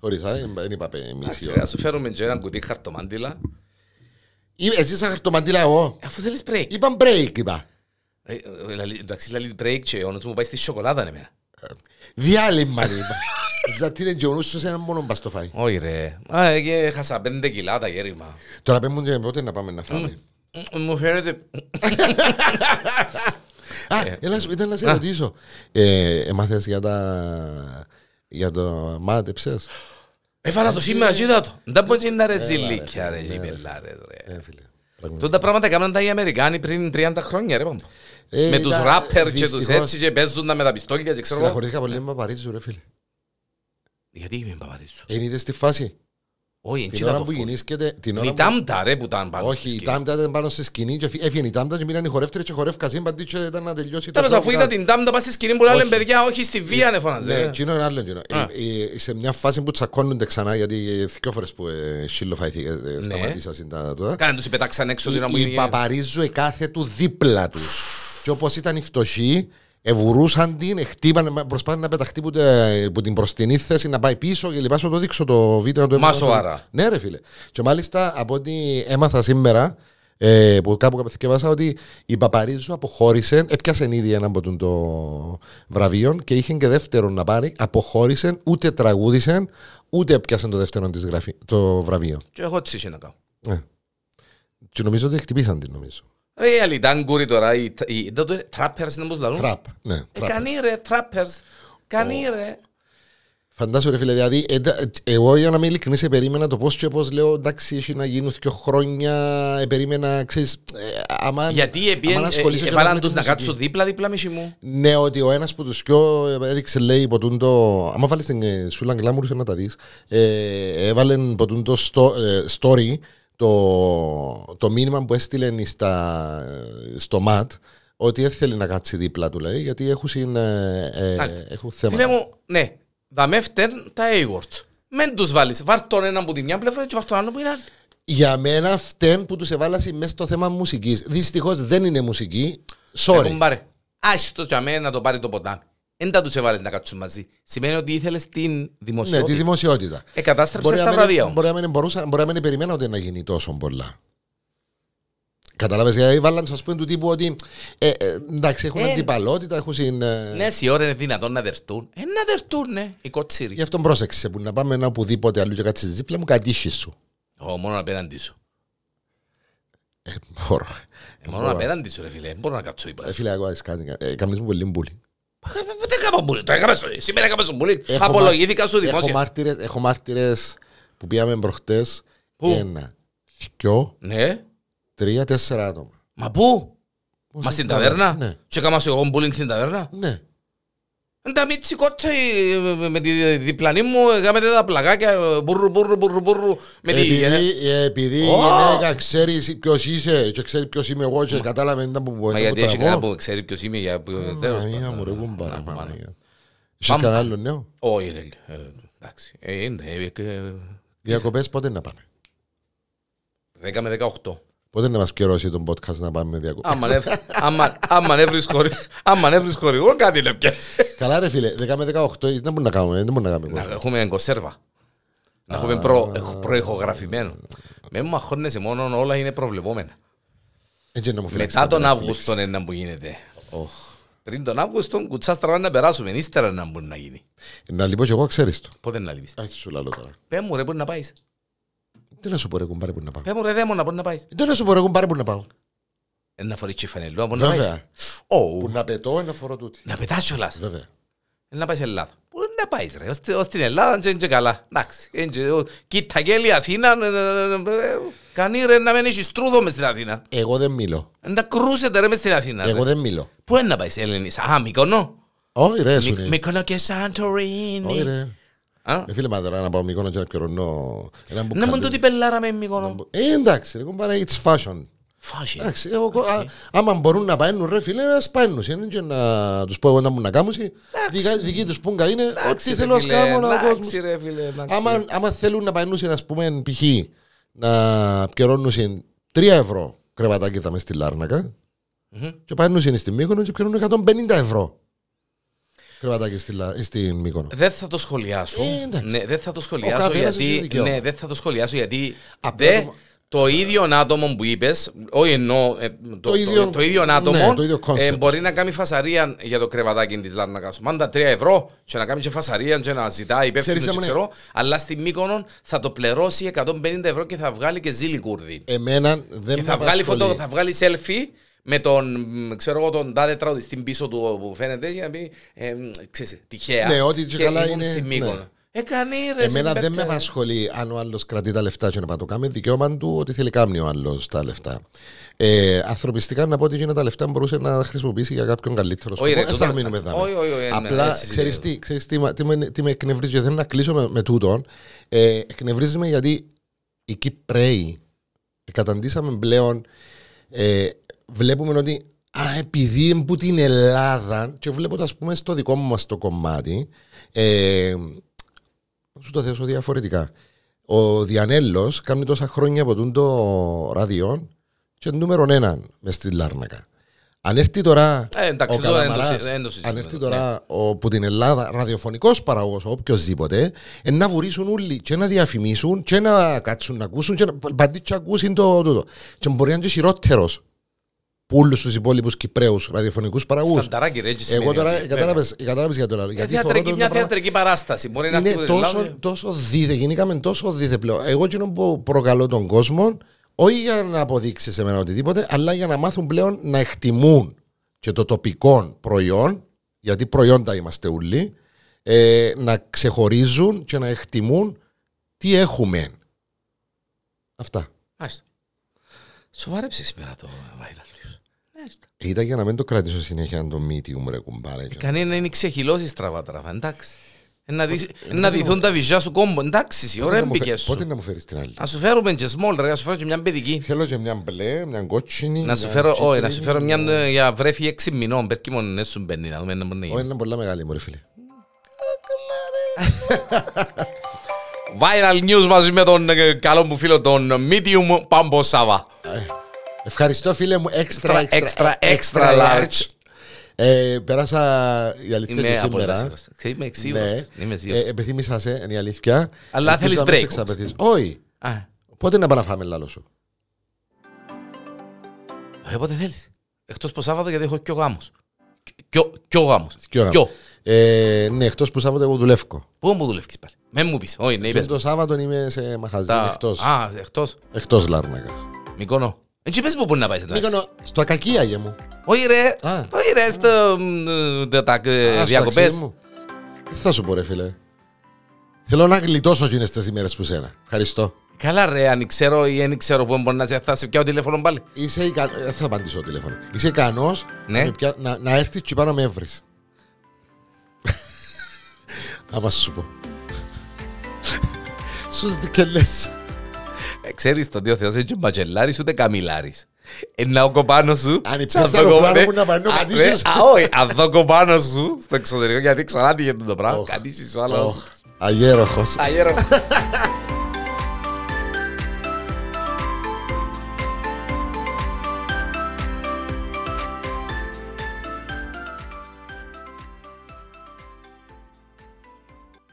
Θωρείς, α, δεν δεν είπα πέ- μισή
Να
ώρα.
σου φέρουμε και ένα κουτί χαρτομάντιλα.
Είμαι- Εσύ είσαι χαρτομαντήλα εγώ.
Αφού θέλεις break.
Είπα break είπα.
Ε, ε, ε, λαλεί- Εντάξει, λαλείς break και ο νους μου πάει στη σοκολάτα ναι μένα.
Διάλειμμα είπα. Γιατί είναι και ο νους σου σε ένα μόνο μπαστοφάι.
Όχι ρε. Α, ε, και έχασα πέντε κιλά τα γέρημα.
Τώρα πες μου και πότε να πάμε να φάμε.
Μ, Μου φαίνεται...
Α,
Ε,
έλα, σου- ήταν να σε ρωτήσω. Ε, Έμαθες για τα... Για το μάτεψες.
Έφανα το σήμερα και είδα το. Δεν μπορεί να ρε
ρε,
ζηλίκια ρε,
ναι, ρε.
γυμπελάρες ρε.
Ε, φίλε. πραγματικά.
Τότε τα πράγματα έκαναν τα οι Αμερικάνοι πριν 30 χρόνια ρε πάμπο.
Ε,
Με τους
ήταν-
ράπερ και τους
δυστυχώς,
έτσι και παίζουν τα με τα πιστόλια και ξέρω εγώ.
Στεναχωρήθηκα πολύ με Παπαρίζου ρε φίλε.
Γιατί είμαι παπαρίσου.
Εν είδες τη φάση.
Όχι, εν
Την
τσίνα
ώρα
Ε, το
που
φουλ.
γινήσκεται. Την ώρα
Η
που-
τάμτα ρε που ήταν πάνω στη
Όχι, η
σκηνή.
τάμτα ήταν πάνω στη σκηνή και φύ- έφυγε η τάμτα και μείναν οι χορεύτρες και χορεύκας σύμπαντη και ήταν να τελειώσει το
Τέλος
show
αφού
που
είδα
ήταν.
την τάμτα πας στη σκηνή που λένε
Όχι.
παιδιά όχι στη βία ναι φωνάζε.
Ναι,
ε.
εκείνο είναι άλλο εκείνο.
Α.
Ε, ε, Σε μια φάση που τσακώνονται ξανά γιατί δυο φορές που ε, σιλοφάηθη, ε,
Ναι.
ε, σταματήσασαν τα τούτα.
Κάνε τους πετάξαν έξω την ώρα που
Οι
είναι.
παπαρίζου εκάθε του δίπλα τους. Και όπως ήταν οι φτωχοί, εβουρούσαν την, χτύπαν, προσπάθησαν να πεταχτεί που, τε- που την προστινή θέση να πάει πίσω και λοιπά. Σου το δείξω το βίντεο του.
Μα σοβαρά.
Ναι, ρε φίλε. Και μάλιστα από ό,τι έμαθα σήμερα, ε, που κάπου κάπου θυκευάσα ότι η Παπαρίζου αποχώρησε, έπιασε ήδη ένα από τον το βραβείο και είχε και δεύτερον να πάρει. Αποχώρησε, ούτε τραγούδησε, ούτε έπιασε το δεύτερο της γραφή, το βραβείο.
Και εγώ τι είχε να κάνω.
Ε. Και νομίζω ότι χτυπήσαν την, νομίζω.
Ρε οι αλιτάνγκουροι τώρα, οι τ- οι- δεν το είναι- trappers είναι πως λαλούν.
Τραπ, ναι.
Ε,
Τραπ.
Κανεί ρε trappers. Κανεί ρε.
Φαντάσου ρε φίλε, δηλαδή εντα- ε, εγώ για να είμαι ειλικρινής ε, περίμενα το πώς και πώς λέω εντάξει έχει να γίνουν δύο χρόνια, ε, περίμενα ξέρεις ε, άμα,
Γιατί
άμα να
επίεν,
ασχολήσω
ε,
και
έβαλαν
με
τους
τη
να
μουσική.
κάτσουν δίπλα-δίπλα μισή μου.
Ναι, ότι ο ένας που τους πιο ε, έδειξε, λέει, ποτούν το. Άμα βάλεις την ε, σούλα γκλάμουρη, να τα δεις. Ε, έβαλε ποτούν το στο, ε, story, το, το μήνυμα που έστειλε στα, ε, στο ΜΑΤ, ότι δεν θέλει να κάτσει δίπλα του, λέει, γιατί έχουν, συν, ε, ε,
Μάλιστα.
έχουν θέμα.
Φίλε μου, ναι, δαμεύτεν τα A-word. Μεν τους βάλεις. Βάρ τον έναν που τη μια πλευρά και βάρ τον άλλο που είναι άλλη.
Για μένα, φταίν που τους εβάλασε μέσα στο θέμα μουσικής. Δυστυχώς δεν είναι μουσική.
Έχουν
Sorry.
πάρε. Άστο για μένα να το πάρει το ποτάμι. Εν τα τους έβαλες να κάτσουν μαζί. Σημαίνει ότι ήθελες την
Ναι, τη
δημοσιότητα.
δημοσιότητα.
Εκατάστρεψες
Μπορεί
τα
να
βραβεία
μην-
όμως.
μπορεί να μην μπορούσα- μπορεί να μην περιμένα ότι να γίνει τόσο πολλά. Κατάλαβες, γιατί βάλαν, σα πούμε, του τύπου ότι ε, ε, εντάξει, έχουν
Ε,
αντιπαλότητα, έχουν συν. ε,
Ναι, σε ώρα είναι δυνατόν να δερτούν. Ε, να δερτούν, ναι, οι κοτσίροι.
Γι' αυτό πρόσεξε που να πάμε ένα οπουδήποτε αλλού και κάτσεις δίπλα μου, κατήχεις σου.
Εγώ μόνο απέναντι σου.
Ε, μπορώ.
Ε, Μόνο απέναντι σου, ρε φίλε. Δεν Μπορώ να κάτσω
Ε,
είπα.
Φίλε, εγώ ας κάνει. ε, Καμνείς μου πολύ μπουλή.
Δεν έκανα μπουλί. Το έκανα σου. Σήμερα έκανα σου μπουλί.
Έχω
Απολογήθηκα
μάρ-
σου
έχω
δημόσια.
μάρτυρες- Έχω μάρτυρες που πήγαμε προχτές.
Πού?
Ένα, δυο,
Ναι.
τρία, τέσσερα άτομα.
Μα πού.
Πώς
Μα στην
ταβέρνα,
ταβέρνα.
Ναι.
Και έκανα σου εγώ μπουλί στην ταβέρνα.
Ναι.
Εν τα μίτσι κότσα ε, με τη διπλανή μου. Έκαμε τα πλακάκια. ε, Μπουρρου, μπουρρου, μπουρρου, μπουρρου. Με τη...
Επειδή, ε, επειδή η
Ω!
γυναίκα ξέρει ποιος είσαι και ξέρει ποιος είμαι εγώ και κατάλαβε ήταν που μπορεί
Μα
να
γιατί έχει
Ε, το
κανένα
εγώ.
που ξέρει ποιος είμαι για
Μαγία
τέλος
μου, ρε,
πάντων.
κουμπάρα,
Να,
Μαγία.
μάνα.
Έχεις
Πάμε.
κανένα άλλο νέο.
Όχι, ρε, ε, εντάξει. Ε, είναι, ε, ε,
Διακοπές πότε να πάμε.
10 με 18.
Πότε να μας πληρώσει τον podcast να πάμε διακοπές.
Άμα νεύ- άμα- άμα νεύρεις χωρι- άμα νεύρεις χορηγό, κάτι να πιάσεις.
Καλά ρε φίλε, 10 με 18 δεν μπορούμε να κάνουμε. Δεν μπορούμε να
Να
κάνουμε.
έχουμε κονσέρβα. Να έχουμε προ- εχ- προηχογραφημένο. Με μαχώνεσαι μόνο, όλα είναι προβλεπόμενα.
Έτσι να μου φυλάξεις
Μετά
τα
τον
Netflix.
Αύγουστο είναι να που γίνεται. Πριν τον Αύγουστο, κουτσά στραβά να περάσουμε. Ύστερα να μπορεί να γίνει.
Να λείπω και εγώ ξέρεις το.
Πότε να λείπεις.
Ας σου λαλώ τώρα.
Πέ μου ρε, πού να πάεις.
Τι να σου πω ρε κουμπάρε που να πάω.
Πέ μου ρε, δαίμονα, πού να πάεις.
Τι να σου πω ρε κουμπάρε που να πάω.
Ε, Να φορείς και φανελούα, πού να πάεις.
Βέβαια.
Ω,
Που να πετώ ένα φορό τούτη.
Να πετάς κιόλας.
Βέβαια.
Ε, Να πάεις σε Ελλάδα. Πού να πάεις, ρε. Ως- Ως την Ελλάδα δεν είναι καλά. Εντάξει. εν και- ο- Κοίτα και η Αθήνα. ε, ε, ε, ε, Κανεί ρε να μην έχεις στρούδο μες στην Αθήνα.
Εγώ δεν μιλώ.
Ε, Να κρούσετε ρε μες στην Αθήνα. ρε.
Εγώ δεν μιλώ.
Πού είναι να πάεις σε Έλληνες. Α, Μικονό.
Όχι ρε σου
Μικ-
είναι.
Μικονό και
Όχι
Σαντορίνη.
ρε.
Α,
Ε, φίλε μάδερα να πάω Μυκόνο και να πληρώνω ένα
Να μου
μπουκάλι.
Ναι, το τι πελάρα με Μικονό.
Ε, εντάξει, ρε κουμπάρα, it's fashion.
Φάση.
Εντάξει, εγώ, α, άμα μπορούν να παίρνουν ρε φίλε, ας παίρνουν. Είναι και να τους πω εγώ να μου να κάνω. Δικά- Δική τους πούγκα είναι ό,τι θέλω να κάνω να
Εντάξει
κόσμος.
ρε φίλε. εντάξει.
Άμα, άμα θέλουν να παίρνουν, ας πούμε, π.χ. να πιερώνουν 3 ευρώ κρεβατάκι θα μες στη Λάρνακα
Μμμ.
και παίρνουν στη Μύκονο και πιερώνουν 150 ευρώ κρεβατάκι στη, Λα- στη Μύκονο.
Δεν θα το σχολιάσω.
Ε, εντάξει.
ναι, δεν θα το
Ο
σχολιάσω
καθένας έχει το
γιατί.
δικαίωμα.
Ναι, δεν θα το σχολιάσω γιατί.
Απλά
Δε,
το-
το ίδιο άτομο που είπες, όχι εννοώ. ε, το, το,
ίδιο-
το ίδιο άτομο ε,
ναι, το ίδιο concept.
μπορεί να κάνει φασαρία για το κρεβατάκι της Λάρνακας. Μάντα 3 ευρώ, και να κάνει και φασαρία, και να ζητάει υπεύθυνο,
Ξέρεις,
και
έμενε-
ξέρω. Αλλά στη Μύκονο θα το πληρώσει 150 ευρώ και θα βγάλει και ζήλι Κούρδη.
Εμένα δεν
Ε, και
με
θα βγάλει,
απασχολεί.
φωτο, θα βγάλει selfie με τον, μ, ξέρω εγώ, τον τάδε τραγουδιστή πίσω του που φαίνεται για να πει, ε, μ, ξέρεις, τυχαία.
Ναι, ό,τι και καλά
ήμουν
είναι,
στη Μύκονο.
ναι.
Έκανε ρε. ε.
Εμένα
συμπέκτα,
δεν με
ρε.
απασχολεί αν ο άλλος κρατεί τα λεφτά και να πάει το κάνει. Δικαίωμα του ότι θέλει κάμνει ο άλλος τα λεφτά. Ε, ανθρωπιστικά να πω ότι εκείνα τα λεφτά μπορούσε να χρησιμοποιήσει για κάποιον καλύτερο
Όχι,
σκοπό.
ρε,
Δεν
τούτα-
θα μείνουμε εδώ.
όχι, όχι, όχι, ναι, ναι,
Απλά
έτσι
ξέρει τι, ξέρεις τι, μα- τι με, τι με εκνευρίζει, και θέλω να κλείσω με, με τούτον. Ε, εκνευρίζεις με γιατί οι Κυπρέοι καταντήσαμε πλέον. Ε, βλέπουμε ότι α, επειδή είναι που την Ελλάδα και βλέπω ας πούμε στο δικό μου μας το κομμάτι ε, σου το θέσω διαφορετικά. Ο Διανέλος κάνει τόσα χρόνια από τούτο το ραδιόν και νούμερο έναν μες στη Λάρνακα. Αν έρθει τώρα
Ε, εντάξει,
ο
το- δεν το
Καλαμαράς,
συ- δεν το ναι. συζητούμε
αν έρθει
εδώ,
τώρα ο, που την Ελλάδα, ραδιοφωνικός παραγωγός, ο οποιοσδήποτε, ε, να βουρήσουν όλοι και να διαφημίσουν και να κάτσουν να ακούσουν και να παντή και ακούσουν το τούτο. Και μπορεί να είναι και χειρότερος που όλους τους υπόλοιπους Κυπρέους ραδιοφωνικούς παραγωγούς.
Στανταράκι, ρε, έτσι
Εγώ
σημαίνει
τώρα
ότι-
κατάλαβες, κατάλαβες για τον άλλο.
Ε,
Γιατί θεωρώ
θεατρική,
το
μια
πράγμα-
θεατρική παράσταση. Μπορεί να
είναι
έρθει το
τόσο,
Ελλάδο.
τόσο δίδε, γίνηκαμε τόσο δίδε πλέον. Εγώ εκείνο που προκαλώ τον κόσμο, όχι για να αποδείξει σε μένα οτιδήποτε, αλλά για να μάθουν πλέον να εκτιμούν και το τοπικό προϊόν, γιατί προϊόντα είμαστε όλοι, ε, να ξεχωρίζουν και να εκτιμούν τι έχουμε. Αυτά.
Μάλιστα. Σοβάρεψε σήμερα το viral news. Μάλιστα.
Ε, Ήταν για να μην το κρατήσω συνέχεια το medium ρε κουμπάρε.
Κανεί να είναι ξεχυλώσεις τραβά τραβά, εντάξει. Ε, Να, δεις- ε, να διδούν τα βυζιά σου κόμπο, εντάξει, η ώρα
Πότε να μου φε-
έμπηκες σου.
Πότε να μου φέρεις την άλλη.
Να σου φέρουμε και small, ρε, να σου φέρω και μια παιδική.
Θέλω και μια μπλε, μια κότσινη.
Να σου φέρω,
Ναι,
όχι, να σου φέρω μια ε, για βρέφη έξι μηνών, πέτκι μόνο ναι σου μπαίνει, να δούμε να μπορεί να
Όχι,
γίνει.
είναι πολλά μεγάλη μωρέ φίλε.
Viral news μαζί με τον ε, καλό μου φίλο, τον Medium Πάμπο Σάβα.
Ευχαριστώ φίλε μου,
Extra,
extra,
extra, extra large.
Ε, πέρασα η αλήθεια και
Είμαι
σήμερα.
απολύτως Είμαι
Ναι.
εξίγουρος. Είμαι
Ε,
σίγουρος.
Επιθύμησα σε, είναι η αλήθεια.
Αλλά
Ελπίζω
θέλεις
να μην σε
break.
εξαπεθείς. Όχι.
Α,
Πότε να πάμε να φάμε λάλο σου.
ε, πότε θέλεις. Εκτός από Σάββατο γιατί έχω και ο γάμος. Κιο- Κιο γάμος.
Κι ώρα.
Κιο.
Ε, ναι, εκτός που Σάββατο εγώ δουλεύω.
Πού μου δουλεύεις πάλι. Με μου πεις. Όχι, ναι,
Και
είπες.
το Σάββατο είμαι σε μαχαζί.
Τα-
Εκτός
Α, εκτός.
Εκτός Λάρνακα.
Μυκόνο. Ε, τι πες που μπορεί να πάει.
Μήκονο, στο ακακία για μου.
Όχι ρε,
Α.
όχι ρε, στο, μ, ε, τα- τα ε,
Α, στο ταξίδι
διακοπές.
μου. Τι θα σου πω, ρε φίλε. Θέλω να γλιτώσω γίνε τις ημέρες που σένα. Ευχαριστώ.
Καλά ρε, αν ξέρω ή δεν ξέρω που μπορεί να σε θα σε πιάω τηλέφωνο πάλι.
Είσαι ικανός. Δεν θα απαντήσω τηλέφωνο. Είσαι ικανός
Ναι.
να, πια... να, να έρθεις και πάνω με έβρι. Άμα σου πω. Σου δικελέ.
Ε, Ξέρεις τον Θεό Θεός, είναι και μπατζελάρης ούτε καμιλάρης. Ε, Ένα όκο πάνω σου.
Αν
και
υπήρχε
αν δω
αεροπλάνο
κοπ- ναι,
που να πανώ,
α, ναι,
κατήσεις.
α, όχι, αν δω όκο πάνω σου στο εξωτερικό, γιατί ξανά τύχε το πράγμα.
Ωχ.
Κατήσεις ο άλλος.
Αγέροχο.
Αγέρα.